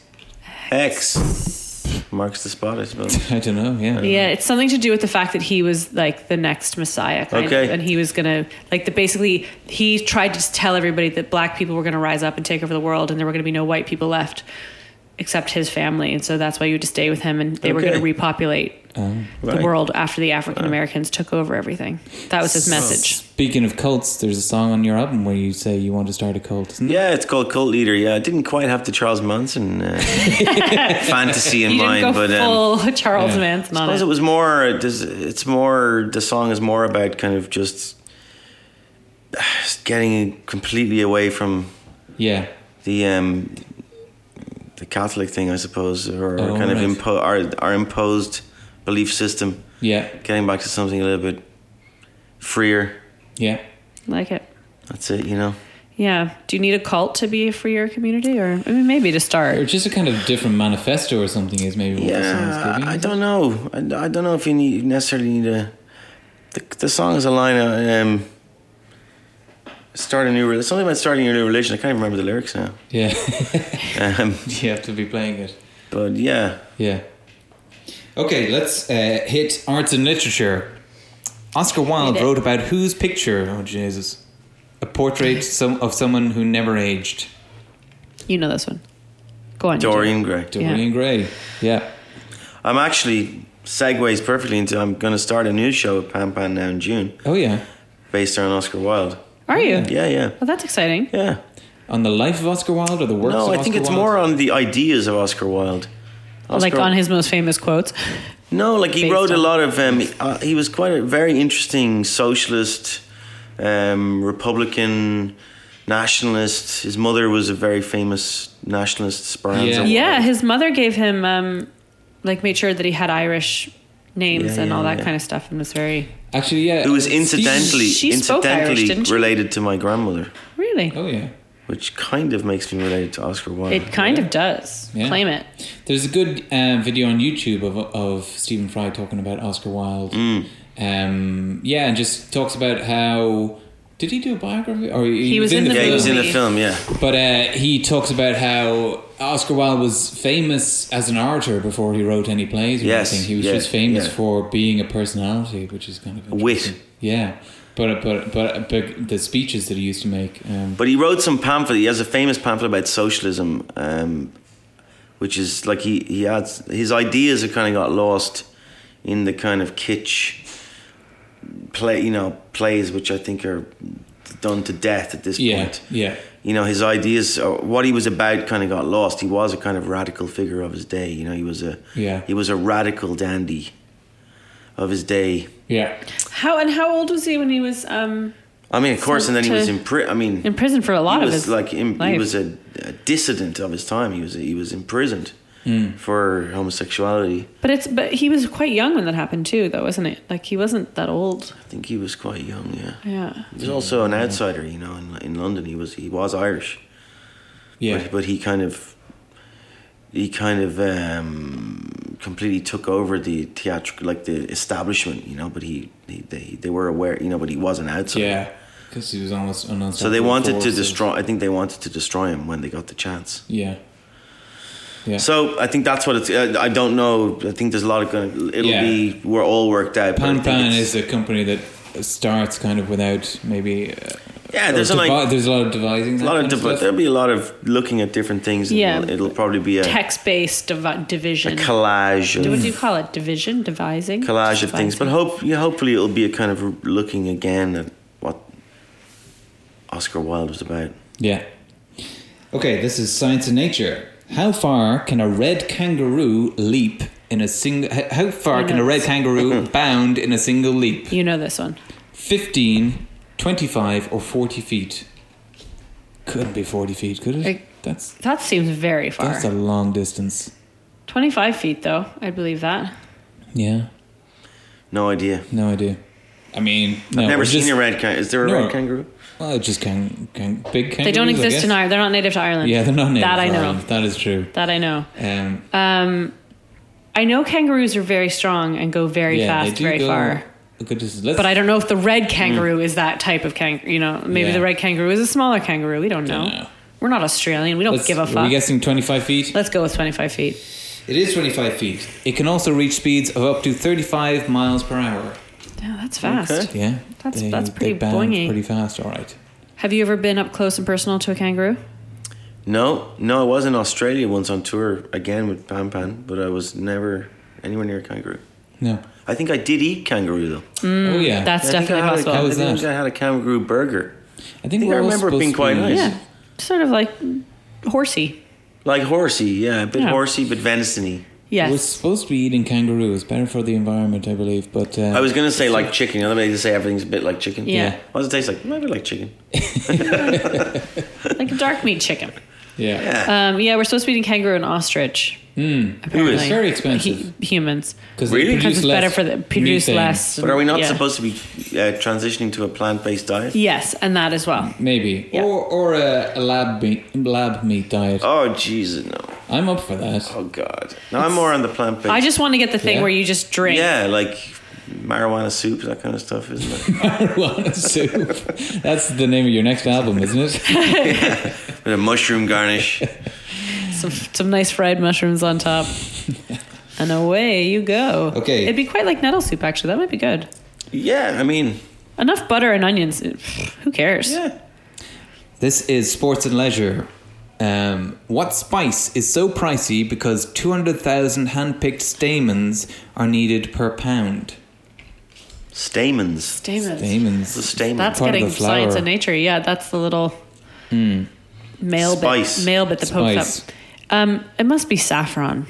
Speaker 1: X marks the spot, I suppose.
Speaker 3: I don't know, yeah.
Speaker 2: Yeah, it's something to do with the fact that he was like the next Messiah, kind of,
Speaker 1: Okay.
Speaker 2: and he was gonna like the basically he tried to tell everybody that black people were gonna rise up and take over the world, and there were gonna be no white people left except his family, and so that's why you had to stay with him, and they were
Speaker 1: Okay.
Speaker 2: gonna repopulate
Speaker 1: right.
Speaker 2: the world after the African Americans took over everything. That was his message.
Speaker 3: Speaking of cults, there's a song on your album where you say you want to start a cult, isn't it?
Speaker 1: Yeah, it's called Cult Leader. Yeah, I didn't quite have the Charles Manson uh, fantasy in
Speaker 2: You didn't
Speaker 1: mind,
Speaker 2: go
Speaker 1: but um,
Speaker 2: full Charles
Speaker 3: yeah.
Speaker 2: Manson on
Speaker 1: I suppose
Speaker 2: it.
Speaker 1: it was more. it is- It's more. The song is more about kind of just just getting completely away from
Speaker 3: Yeah.
Speaker 1: the um, the Catholic thing, I suppose, or
Speaker 3: Oh,
Speaker 1: kind of
Speaker 3: right.
Speaker 1: impo- our, our imposed belief system.
Speaker 3: Yeah.
Speaker 1: Getting back to something a little bit freer.
Speaker 3: Yeah.
Speaker 2: Like it.
Speaker 1: That's it, you know.
Speaker 2: Yeah. Do you need a cult to be for your community, or I mean, maybe to
Speaker 3: Or
Speaker 2: start?
Speaker 3: just a kind of different manifesto or something is maybe what the song's
Speaker 1: Yeah,
Speaker 3: giving.
Speaker 1: I
Speaker 3: is
Speaker 1: don't know. I, I don't know if you need, necessarily need a. The, the song is a line of. Um, start a new religion. Something about starting a new religion. I can't even remember the lyrics now.
Speaker 3: it? Yeah.
Speaker 1: Um,
Speaker 3: you have to be playing it.
Speaker 1: but yeah,
Speaker 3: Yeah. Okay, let's uh, hit arts and literature. Oscar Wilde
Speaker 2: Read it.
Speaker 3: wrote about whose picture? Oh Jesus! A portrait some, of someone who never aged.
Speaker 2: You know this one. Go on. you do it.
Speaker 1: Dorian Gray.
Speaker 3: Dorian Gray. Yeah.
Speaker 1: I'm actually segues perfectly into. I'm going to start a new show with Pan Pan now in June,
Speaker 3: Oh yeah.
Speaker 1: based on Oscar Wilde.
Speaker 2: Are you?
Speaker 1: Yeah, yeah,
Speaker 2: Well, that's exciting.
Speaker 1: yeah.
Speaker 3: On the life of Oscar Wilde or the works?
Speaker 1: No,
Speaker 3: of
Speaker 1: I think
Speaker 3: Oscar
Speaker 1: it's
Speaker 3: Wilde?
Speaker 1: more on the ideas of Oscar Wilde.
Speaker 2: Like
Speaker 1: Oscar-
Speaker 2: on his most famous quotes.
Speaker 1: No, like he
Speaker 2: based
Speaker 1: wrote a
Speaker 2: on-
Speaker 1: lot of. Um, uh, he was quite a very interesting socialist, um, Republican, nationalist. His mother was a very famous nationalist
Speaker 3: Yeah.
Speaker 1: Speranza.
Speaker 2: Yeah, his mother gave him um, like made sure that he had Irish names
Speaker 1: Yeah,
Speaker 2: and
Speaker 1: yeah,
Speaker 2: all that
Speaker 1: yeah.
Speaker 2: kind of stuff, and was very
Speaker 3: Actually, yeah.
Speaker 1: Who was
Speaker 3: Steve-
Speaker 1: incidentally
Speaker 2: She spoke Irish,
Speaker 1: incidentally
Speaker 2: didn't she?
Speaker 1: related to my grandmother,
Speaker 2: really.
Speaker 3: Oh yeah.
Speaker 1: which kind of makes me related to Oscar Wilde.
Speaker 2: It kind of does.
Speaker 3: Yeah.
Speaker 2: Claim it.
Speaker 3: There's a good um, video on YouTube of, of Stephen Fry talking about Oscar Wilde.
Speaker 1: Mm.
Speaker 3: Um, yeah, and just talks about how did he do a biography or he,
Speaker 2: was in the
Speaker 1: yeah, he was in the
Speaker 2: movie.
Speaker 1: film. Yeah,
Speaker 3: But uh, he talks about how Oscar Wilde was famous as an orator before he wrote any plays or
Speaker 1: Yes,
Speaker 3: anything. He was
Speaker 1: yeah,
Speaker 3: just famous
Speaker 1: yeah.
Speaker 3: for being a personality, which is kind of
Speaker 1: Wit.
Speaker 3: interesting. Yeah, but uh, but but but the speeches that he used to make. Um,
Speaker 1: but he wrote some pamphlet. He has a famous pamphlet about socialism, um, which is like he he had his ideas have kind of got lost in the kind of kitsch play, you know, plays which I think are done to death at this
Speaker 3: yeah,
Speaker 1: point.
Speaker 3: yeah,
Speaker 1: you know his ideas uh, what he was about kind of got lost he was a kind of radical figure of his day you know he was a
Speaker 3: Yeah.
Speaker 1: he was a radical dandy of his day
Speaker 3: yeah.
Speaker 2: How and how old was he when he was um,
Speaker 1: i mean of course and then he
Speaker 2: to-
Speaker 1: was in prison i mean
Speaker 2: in prison for a lot
Speaker 1: he
Speaker 2: of
Speaker 1: was
Speaker 2: his
Speaker 1: like in,
Speaker 2: life?
Speaker 1: he was a, a dissident of his time he was he was imprisoned
Speaker 3: Hmm.
Speaker 1: for homosexuality
Speaker 2: But it's but he was quite young when that happened too, though, wasn't it? Like he wasn't that old.
Speaker 1: i think he was quite young yeah
Speaker 2: Yeah.
Speaker 1: he was also an outsider you know in, in london he was he was irish
Speaker 3: yeah.
Speaker 1: but, but he kind of he kind of um, completely took over the theatrical like the establishment you know but he, he they, they were aware you know but he wasn't outside
Speaker 3: Yeah, because he was almost an
Speaker 1: so they wanted to
Speaker 3: force of-
Speaker 1: destroy i think they wanted to destroy him when they got the chance
Speaker 3: Yeah, yeah.
Speaker 1: so i think that's what it's uh, i, I don't know i think there's a lot of going it'll
Speaker 3: Yeah.
Speaker 1: be we're all worked out but I
Speaker 3: Pan
Speaker 1: think
Speaker 3: Pan
Speaker 1: it's-
Speaker 3: is a company that starts kind of without maybe. Uh,
Speaker 1: yeah there's
Speaker 3: or
Speaker 1: a like,
Speaker 3: devi- there's a lot of devising.
Speaker 1: a lot of
Speaker 3: that kind
Speaker 1: div-
Speaker 3: stuff.
Speaker 1: there'll be a lot of looking at different things and
Speaker 2: Yeah.
Speaker 1: it'll, it'll probably be a,
Speaker 2: Text based div-
Speaker 1: a
Speaker 2: division.
Speaker 1: collage of,
Speaker 2: what do you call it? Division, devising,
Speaker 1: collage of things. But
Speaker 2: Devising.
Speaker 1: hope yeah, hopefully it'll be a kind of looking again at what Oscar Wilde was about.
Speaker 3: Yeah. Okay, this is science and nature. How far can a red kangaroo leap in a single? How far
Speaker 2: I
Speaker 3: can a
Speaker 2: know
Speaker 3: red
Speaker 2: this.
Speaker 3: kangaroo bound in a single leap?
Speaker 2: you know this one.
Speaker 3: 15, 25, or 40 feet? Couldn't be 40 feet, could it?
Speaker 2: Like-
Speaker 3: that's
Speaker 2: That seems very far.
Speaker 3: that's a long distance.
Speaker 2: Twenty five feet though, I believe that.
Speaker 3: Yeah,
Speaker 1: No idea.
Speaker 3: no idea. I mean, no,
Speaker 1: Never
Speaker 3: we're
Speaker 1: seen
Speaker 3: just,
Speaker 1: a red kangaroo. Is there a
Speaker 3: No.
Speaker 1: red kangaroo?
Speaker 3: Well, it just can, can big.
Speaker 2: They don't
Speaker 3: kangaroos, I
Speaker 2: exist in
Speaker 3: guess.
Speaker 2: Ireland. They're not native to Ireland.
Speaker 3: Yeah, they're not native.
Speaker 2: That I
Speaker 3: to
Speaker 2: know.
Speaker 3: Ireland. That is true.
Speaker 2: That I know.
Speaker 3: Um,
Speaker 2: Um, I know kangaroos are very strong and go very
Speaker 3: yeah, they
Speaker 2: fast,
Speaker 3: do
Speaker 2: very
Speaker 3: go
Speaker 2: far.
Speaker 3: a Good distance. Let's,
Speaker 2: But I don't know if the red kangaroo is that type of kangaroo. You know, maybe
Speaker 3: Yeah.
Speaker 2: the red kangaroo is a smaller kangaroo. We don't know.
Speaker 3: Dunno.
Speaker 2: We're not Australian. We don't
Speaker 3: let's-
Speaker 2: give a
Speaker 3: Are we
Speaker 2: fuck.
Speaker 3: guessing 25 feet?
Speaker 2: Let's go with 25 feet.
Speaker 3: It is 25 feet. It can also reach speeds of up to 35 miles per hour.
Speaker 2: Yeah, that's fast.
Speaker 1: Okay.
Speaker 3: Yeah,
Speaker 2: That's-
Speaker 3: they,
Speaker 2: that's pretty
Speaker 3: they bound
Speaker 2: boingy.
Speaker 3: Pretty fast. All right.
Speaker 2: Have you ever been up close and personal to a kangaroo?
Speaker 1: No, no. I was in Australia once on tour again with Pan Pan, but I was never anywhere near a kangaroo.
Speaker 3: No.
Speaker 1: I think I did eat kangaroo though.
Speaker 3: oh yeah.
Speaker 2: Mm, That's
Speaker 1: I think I
Speaker 2: definitely
Speaker 1: had a-
Speaker 2: possible.
Speaker 3: How was
Speaker 1: I think
Speaker 3: that?
Speaker 1: I had a kangaroo burger,
Speaker 3: I think,
Speaker 1: think
Speaker 3: we're
Speaker 1: I
Speaker 3: all
Speaker 1: remember it
Speaker 3: supposed
Speaker 1: being
Speaker 3: to
Speaker 1: quite
Speaker 3: be-
Speaker 1: nice.
Speaker 2: yeah, sort of like horsey.
Speaker 1: like horsey. Yeah, a bit
Speaker 2: Yeah.
Speaker 1: horsey, but venisony.
Speaker 3: We're
Speaker 2: Yes.
Speaker 3: supposed to be eating kangaroos. Better for the environment, I believe. But uh,
Speaker 1: I was gonna say like chicken. Other they just say everything's a bit like chicken.
Speaker 2: Yeah.
Speaker 1: What does it taste like? Maybe like chicken.
Speaker 2: like a dark meat chicken.
Speaker 3: yeah.
Speaker 1: Yeah.
Speaker 2: Um, yeah, we're supposed to be eating kangaroo and ostrich. apparently.
Speaker 1: It's
Speaker 3: Hmm. very expensive.
Speaker 2: He- humans.
Speaker 3: Because
Speaker 1: Really?
Speaker 2: Because it's better for the produce less.
Speaker 1: but are we not
Speaker 2: yeah.
Speaker 1: supposed to be uh, transitioning to a plant-based diet?
Speaker 2: Yes, and that as well.
Speaker 3: Maybe.
Speaker 2: Yeah.
Speaker 3: Or or a, a lab meat lab meat diet.
Speaker 1: Oh Jesus, no!
Speaker 3: I'm up for that.
Speaker 1: Oh God, no! I'm more on the plant based.
Speaker 2: I just want to get the thing
Speaker 3: Yeah.
Speaker 2: where you just drink.
Speaker 1: yeah, like marijuana soup, that kind of stuff, isn't it?
Speaker 3: Marijuana soup. That's the name of your next album, isn't it?
Speaker 1: With a mushroom garnish.
Speaker 2: some, some nice fried mushrooms on top. and away you go.
Speaker 3: Okay.
Speaker 2: It'd be quite like nettle soup, actually. That might be good.
Speaker 1: Yeah, I mean,
Speaker 2: Enough butter and onions. Who cares?
Speaker 1: yeah.
Speaker 3: This is sports and leisure. Um, what spice is so pricey because two hundred thousand hand-picked stamens are needed per pound?
Speaker 1: Stamens.
Speaker 2: Damon.
Speaker 1: It's a
Speaker 3: Stamens.
Speaker 1: stamen.
Speaker 2: That's
Speaker 3: Part of
Speaker 2: getting
Speaker 3: the flower. Hmm.
Speaker 2: science and nature. Yeah, that's the little male
Speaker 1: Spice.
Speaker 2: bit. Male bit that pokes
Speaker 3: Spice.
Speaker 2: up. Um, it must be saffron.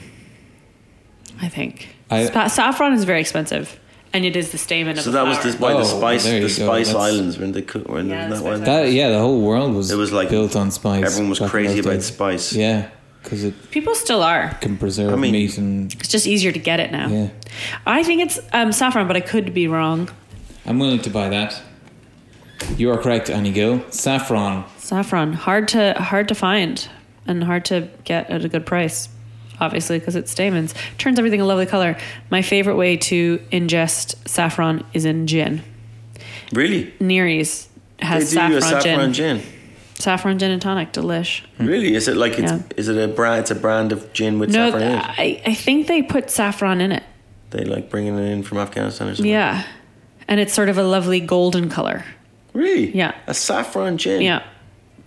Speaker 2: I think
Speaker 3: I-
Speaker 2: Spa- saffron is very expensive, and it is the stamen of
Speaker 1: So
Speaker 2: the
Speaker 1: that was
Speaker 2: flower.
Speaker 1: this by
Speaker 3: Oh,
Speaker 1: the Spice
Speaker 3: there
Speaker 1: the
Speaker 3: you go.
Speaker 1: Spice
Speaker 3: That's-
Speaker 1: Islands were in the co- were in
Speaker 2: Yeah,
Speaker 1: yeah,
Speaker 2: the
Speaker 1: that
Speaker 2: Spice
Speaker 1: one.
Speaker 2: Islands.
Speaker 3: That yeah, the whole world was
Speaker 1: It was like
Speaker 3: built on spice.
Speaker 1: Everyone was
Speaker 3: back in
Speaker 1: crazy
Speaker 3: those
Speaker 1: about
Speaker 3: days.
Speaker 1: spice.
Speaker 3: Yeah, because it
Speaker 2: People still are.
Speaker 3: can preserve
Speaker 1: I mean-
Speaker 3: meat and
Speaker 2: It's just easier to get it now.
Speaker 3: yeah.
Speaker 2: I think it's um, saffron, but I could be wrong.
Speaker 3: I'm willing to buy that. You are correct, Annie Gill. Saffron.
Speaker 2: Saffron hard to hard to find and hard to get at a good price. Obviously, because it's stamens, turns everything a lovely color. My favorite way to ingest saffron is in gin.
Speaker 1: Really?
Speaker 2: Neary's
Speaker 1: They do
Speaker 2: has
Speaker 1: a
Speaker 2: saffron,
Speaker 1: saffron
Speaker 2: gin.
Speaker 1: gin.
Speaker 2: saffron gin and tonic, delish.
Speaker 3: Hmm.
Speaker 1: Really? Is it like it's
Speaker 2: Yeah.
Speaker 1: is it a brand it's a brand of gin with
Speaker 2: No,
Speaker 1: saffron in it?
Speaker 2: I, I think they put saffron in it.
Speaker 1: They like bringing it in from Afghanistan or something.
Speaker 2: Yeah, and it's sort of a lovely golden color.
Speaker 1: Really?
Speaker 2: Yeah.
Speaker 1: A saffron gin.
Speaker 2: Yeah,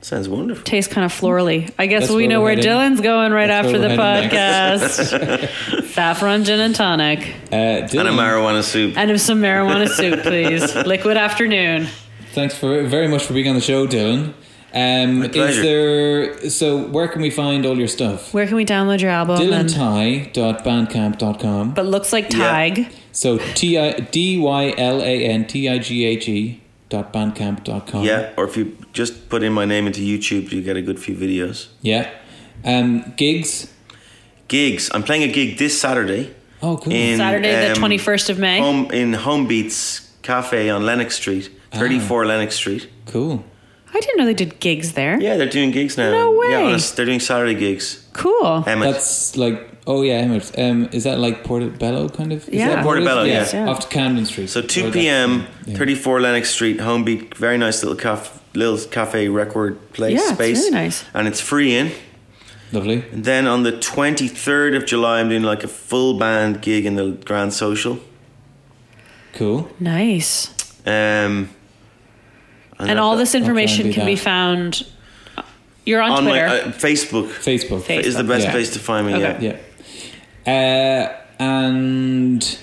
Speaker 1: Sounds wonderful.
Speaker 2: tastes kind of florally. I guess
Speaker 3: That's
Speaker 2: we
Speaker 3: where
Speaker 2: know
Speaker 3: we're
Speaker 2: where
Speaker 3: heading.
Speaker 2: Dylan's going right
Speaker 3: That's
Speaker 2: after the
Speaker 3: where we're
Speaker 2: podcast. saffron gin and tonic.
Speaker 3: Uh, Dylan,
Speaker 1: And a marijuana soup.
Speaker 2: And of some marijuana soup, please. Liquid afternoon.
Speaker 3: thanks for very much for being on the show, Dylan. Um, is
Speaker 1: pleasure.
Speaker 3: there so? Where can we find all your stuff?
Speaker 2: Where can we download your album? and-
Speaker 3: DylanTie.bandcamp.com.
Speaker 2: but looks like Tig.
Speaker 3: So T I D Y L A N T I G H E dot bandcamp dot com.
Speaker 1: Yeah, or if you just put in my name into YouTube, you get a good few videos.
Speaker 3: Yeah. Um, gigs.
Speaker 1: Gigs. I'm playing a gig this Saturday.
Speaker 3: Oh, cool.
Speaker 1: In,
Speaker 2: Saturday, the
Speaker 1: um,
Speaker 2: 21st of May.
Speaker 1: Home in Home Beats Cafe on Lennox Street,
Speaker 3: Ah.
Speaker 1: 34 Lennox Street.
Speaker 3: cool.
Speaker 2: I didn't know they did gigs there.
Speaker 1: Yeah, they're doing gigs now.
Speaker 2: No
Speaker 1: Yeah,
Speaker 2: way.
Speaker 1: on a s- they're doing Saturday gigs.
Speaker 2: Cool.
Speaker 1: Emmett.
Speaker 3: That's like oh yeah, Emmett. Um, is that like Portobello kind of? Is
Speaker 2: Yeah.
Speaker 3: that what it is?
Speaker 1: Portobello,
Speaker 2: yes, yeah.
Speaker 3: Off to Camden Street.
Speaker 1: so 2
Speaker 3: Or that-
Speaker 1: p.m.
Speaker 3: yeah.
Speaker 1: 34 Lennox Street, Home Beat. Very nice little cafe, little cafe record place
Speaker 2: Yeah, it's
Speaker 1: space.
Speaker 2: really nice.
Speaker 1: And it's free in.
Speaker 3: Lovely.
Speaker 1: And then on the 23rd of July, I'm doing like a full band gig in the Grand Social.
Speaker 3: Cool.
Speaker 2: Nice.
Speaker 1: Um,
Speaker 2: And all this
Speaker 3: I'll try
Speaker 2: information
Speaker 3: and do
Speaker 2: can be
Speaker 3: that.
Speaker 2: found. uh, You're on,
Speaker 1: on
Speaker 2: Twitter.
Speaker 1: my uh, Facebook
Speaker 3: Facebook.
Speaker 2: Face-
Speaker 1: is the best
Speaker 3: Yeah.
Speaker 1: place to find me.
Speaker 2: Okay.
Speaker 1: Yeah.
Speaker 3: Yeah. Uh, and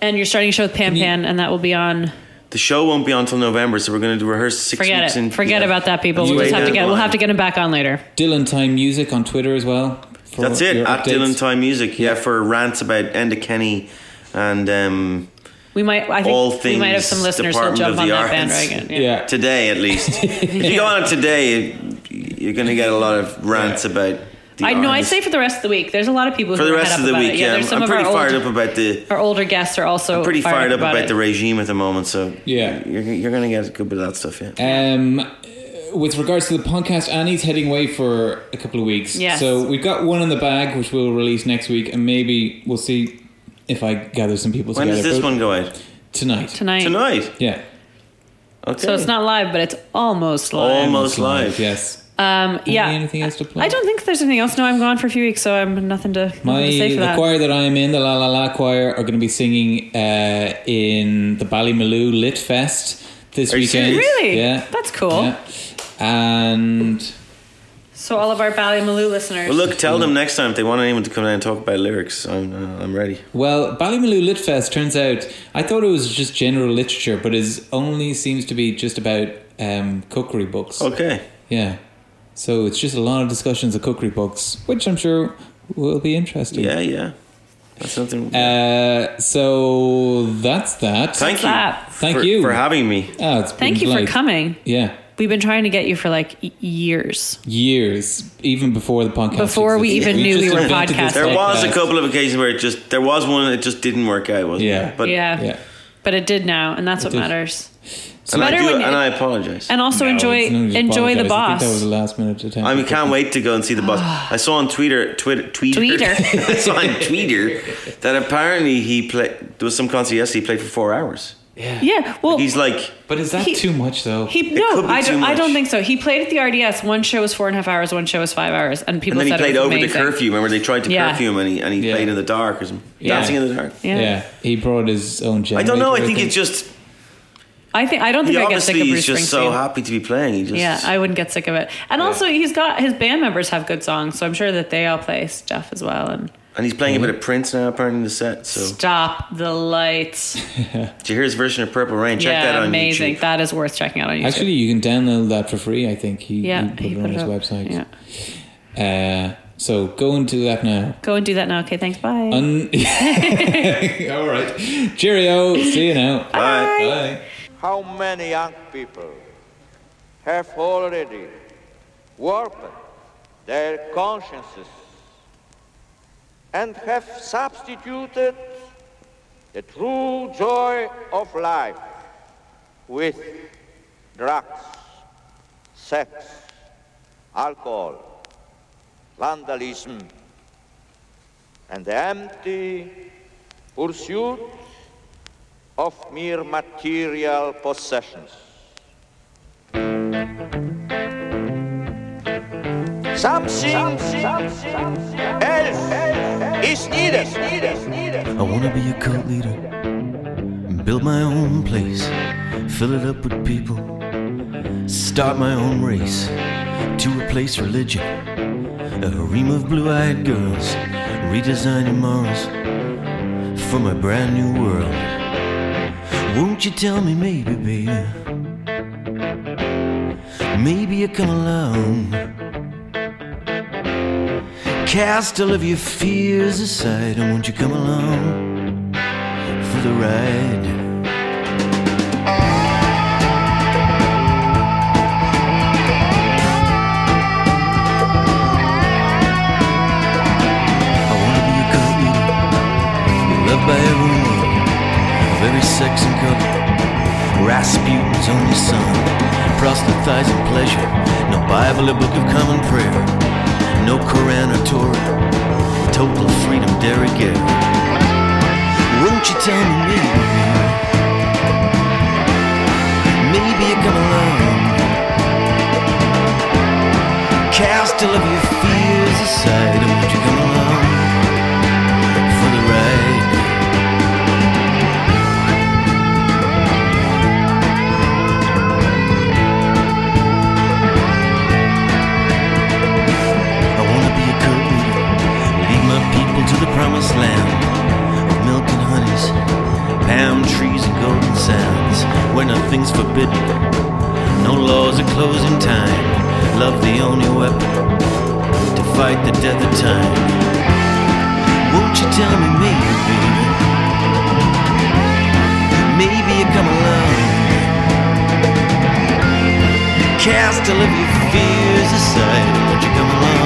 Speaker 2: and you're starting a show with Pan
Speaker 3: you-
Speaker 2: Pan, and that will be on.
Speaker 1: The show won't be on till November, so we're going to rehearse six
Speaker 2: Forget
Speaker 1: weeks.
Speaker 2: it.
Speaker 1: in-
Speaker 2: Forget
Speaker 1: yeah.
Speaker 2: about that, people.
Speaker 1: You
Speaker 2: We'll just
Speaker 1: wait
Speaker 2: have to
Speaker 1: down
Speaker 2: get.
Speaker 1: the
Speaker 2: We'll
Speaker 1: line.
Speaker 2: have to get them back on later.
Speaker 3: Dylan Time Music on Twitter as well. for
Speaker 1: That's it.
Speaker 3: your
Speaker 1: At
Speaker 3: updates.
Speaker 1: Dylan Time Music, yeah, for rants about Enda Kenny and um,
Speaker 2: We might. I think
Speaker 1: All
Speaker 2: we might have
Speaker 1: things
Speaker 2: some listeners who'll
Speaker 1: Department
Speaker 2: jump
Speaker 1: of
Speaker 2: on
Speaker 1: the Arts.
Speaker 2: that bandwagon.
Speaker 3: Yeah.
Speaker 1: today at least. if you go on today, you're going to get a lot of rants about. The
Speaker 2: I know. I'd
Speaker 1: artists.
Speaker 2: say for the rest of the week. There's a lot of people
Speaker 1: for
Speaker 2: who
Speaker 1: the
Speaker 2: are
Speaker 1: rest
Speaker 2: head
Speaker 1: of the
Speaker 2: up about it.
Speaker 1: week. Yeah,
Speaker 2: there's
Speaker 1: I'm- I'm,
Speaker 2: some of
Speaker 1: pretty
Speaker 2: our
Speaker 1: fired
Speaker 2: old,
Speaker 1: up about the.
Speaker 2: Our older guests are also
Speaker 1: I'm pretty fired up about,
Speaker 2: it.
Speaker 1: the regime at the moment, so
Speaker 3: Yeah.
Speaker 1: you're, you're going to get a good bit of that stuff. Yeah.
Speaker 3: Um, with regards to the podcast, Annie's heading away for a couple of weeks.
Speaker 2: Yes.
Speaker 3: So we've got one in the bag, which we'll release next week, and maybe we'll see if I gather some people
Speaker 1: When
Speaker 3: together.
Speaker 1: does this
Speaker 3: but
Speaker 1: one go out?
Speaker 3: Tonight.
Speaker 2: tonight.
Speaker 1: Tonight.
Speaker 3: Yeah.
Speaker 1: Okay.
Speaker 2: So it's not live, but it's almost live.
Speaker 1: almost live.
Speaker 3: Yes.
Speaker 2: Um, yeah.
Speaker 3: anything else to plug?
Speaker 2: I don't think there's anything else. No, I'm gone for a few weeks, so I'm nothing to, nothing
Speaker 3: My
Speaker 2: to say for
Speaker 3: the
Speaker 2: that.
Speaker 3: choir that I'm in, the La La La Choir, are going to be singing uh, in the Ballymaloo Lit Fest this
Speaker 1: Are you
Speaker 3: weekend.
Speaker 1: serious?
Speaker 2: Really?
Speaker 3: Yeah,
Speaker 2: That's cool.
Speaker 3: Yeah. And
Speaker 2: So all of our Ballymaloo listeners.
Speaker 1: Well, look, tell them next time if they want anyone to come down and talk about lyrics. I'm, uh, I'm ready.
Speaker 3: well, Ballymaloo Lit Fest turns out I thought it was just general literature, but it only seems to be just about um, cookery books.
Speaker 1: Okay.
Speaker 3: Yeah, so it's just a lot of discussions of cookery books, which I'm sure will be interesting.
Speaker 1: Yeah, yeah. That's something.
Speaker 3: Uh, so that's that.
Speaker 1: Thank you.
Speaker 2: Slap.
Speaker 1: for-
Speaker 3: Thank you.
Speaker 1: for having me.
Speaker 3: Oh, it's been
Speaker 2: Thank you for
Speaker 3: like-
Speaker 2: coming.
Speaker 3: Yeah.
Speaker 2: We've been trying to get you for like y- years.
Speaker 3: years, even before the podcast.
Speaker 2: Before we
Speaker 3: existed.
Speaker 2: even knew
Speaker 3: just
Speaker 2: we were
Speaker 3: invented this
Speaker 2: podcasting.
Speaker 1: There
Speaker 2: Like
Speaker 1: was a
Speaker 3: podcast.
Speaker 1: couple of occasions where it just there was one that just didn't work out, wasn't
Speaker 3: Yeah.
Speaker 1: it? But
Speaker 2: yeah.
Speaker 3: yeah.
Speaker 2: But it did now, and that's what
Speaker 3: did.
Speaker 2: matters.
Speaker 1: and I
Speaker 2: better
Speaker 1: do,
Speaker 2: when-
Speaker 1: and I apologize.
Speaker 2: And also
Speaker 3: No,
Speaker 2: enjoy
Speaker 3: Oh, it's not just
Speaker 2: enjoy the
Speaker 3: apologise. I
Speaker 2: boss.
Speaker 3: think that was a last minute attempt.
Speaker 1: I mean, can't wait to go and see the boss. I saw on Twitter, Twitter, Twitter,
Speaker 2: Tweeter.
Speaker 1: I saw on Twitter that apparently he played. There was some concert yesterday. He played for four hours.
Speaker 3: yeah.
Speaker 2: yeah. Well,
Speaker 1: He's like,
Speaker 3: But is that
Speaker 2: He-
Speaker 3: too much though?
Speaker 2: He
Speaker 1: could
Speaker 2: no,
Speaker 1: be
Speaker 2: I
Speaker 1: too
Speaker 2: don't, I don't
Speaker 1: much.
Speaker 2: think so. He played at the RDS. One show was four and a half hours. One show was five hours, and people
Speaker 1: and then he
Speaker 2: said
Speaker 1: played
Speaker 2: it was
Speaker 1: over the
Speaker 2: amazing.
Speaker 1: curfew. Remember they tried to
Speaker 2: Yeah.
Speaker 1: curfew him, and he and he
Speaker 3: Yeah.
Speaker 1: played in the dark or something,
Speaker 3: Yeah.
Speaker 1: dancing in the dark.
Speaker 2: Yeah.
Speaker 3: yeah, he brought his own.
Speaker 1: I
Speaker 3: Generator,
Speaker 1: don't know. I think it's just
Speaker 2: I think I don't
Speaker 1: he
Speaker 2: think I get sick
Speaker 1: obviously
Speaker 2: of
Speaker 1: is
Speaker 2: Bruce
Speaker 1: just so
Speaker 2: Springsteen.
Speaker 1: happy to be playing. He just,
Speaker 2: yeah, I wouldn't get sick of it. And also, he's got his band members have good songs, so I'm sure that they all play stuff as well. And
Speaker 1: and he's playing a
Speaker 3: Mm-hmm.
Speaker 1: bit of Prince now apparently in the set. So
Speaker 2: stop the lights.
Speaker 1: did you hear his version of Purple Rain? Check
Speaker 2: yeah,
Speaker 1: that on
Speaker 2: amazing.
Speaker 1: YouTube.
Speaker 2: That is worth checking out on YouTube.
Speaker 3: Actually, you can download that for free. I think he,
Speaker 2: yeah,
Speaker 3: he put it on his
Speaker 2: up.
Speaker 3: website.
Speaker 2: Yeah.
Speaker 3: Uh, So go and do that now.
Speaker 2: Go and do that now. Okay, thanks. Bye.
Speaker 3: Un- All right. Cheerio. See you now.
Speaker 1: Bye.
Speaker 3: Bye.
Speaker 4: How many young people have already warped their consciences and have substituted the true joy of life with drugs, sex, alcohol, vandalism, and the empty pursuit of mere material possessions. Something else is needed.
Speaker 5: I wanna be a cult leader. Build my own place. Fill it up with people. Start my own race. To replace religion. A ream of blue eyed girls. Redesigning morals. For my brand new world. Won't you tell me maybe, baby? Maybe you come along. Cast all of your fears aside, and won't you come along for the ride? I wanna be a cult leader, loved by everyone, of every sex and color. Rasputin's only son, proselytizing pleasure, no Bible or book of common prayer, no Koran or Torah, total freedom derogatory. Won't you tell me maybe, maybe you come along? Cast all of your fears aside, and won't you come along for the ride? I wanna be a cult leader, lead my people to the promised land of milk and honeys, palm trees and golden sands, where nothing's forbidden, no laws are closing time. Love the only weapon to fight the death of time. Won't you tell me maybe, baby? Maybe you come along. Cast all of your fears aside. Won't you come along?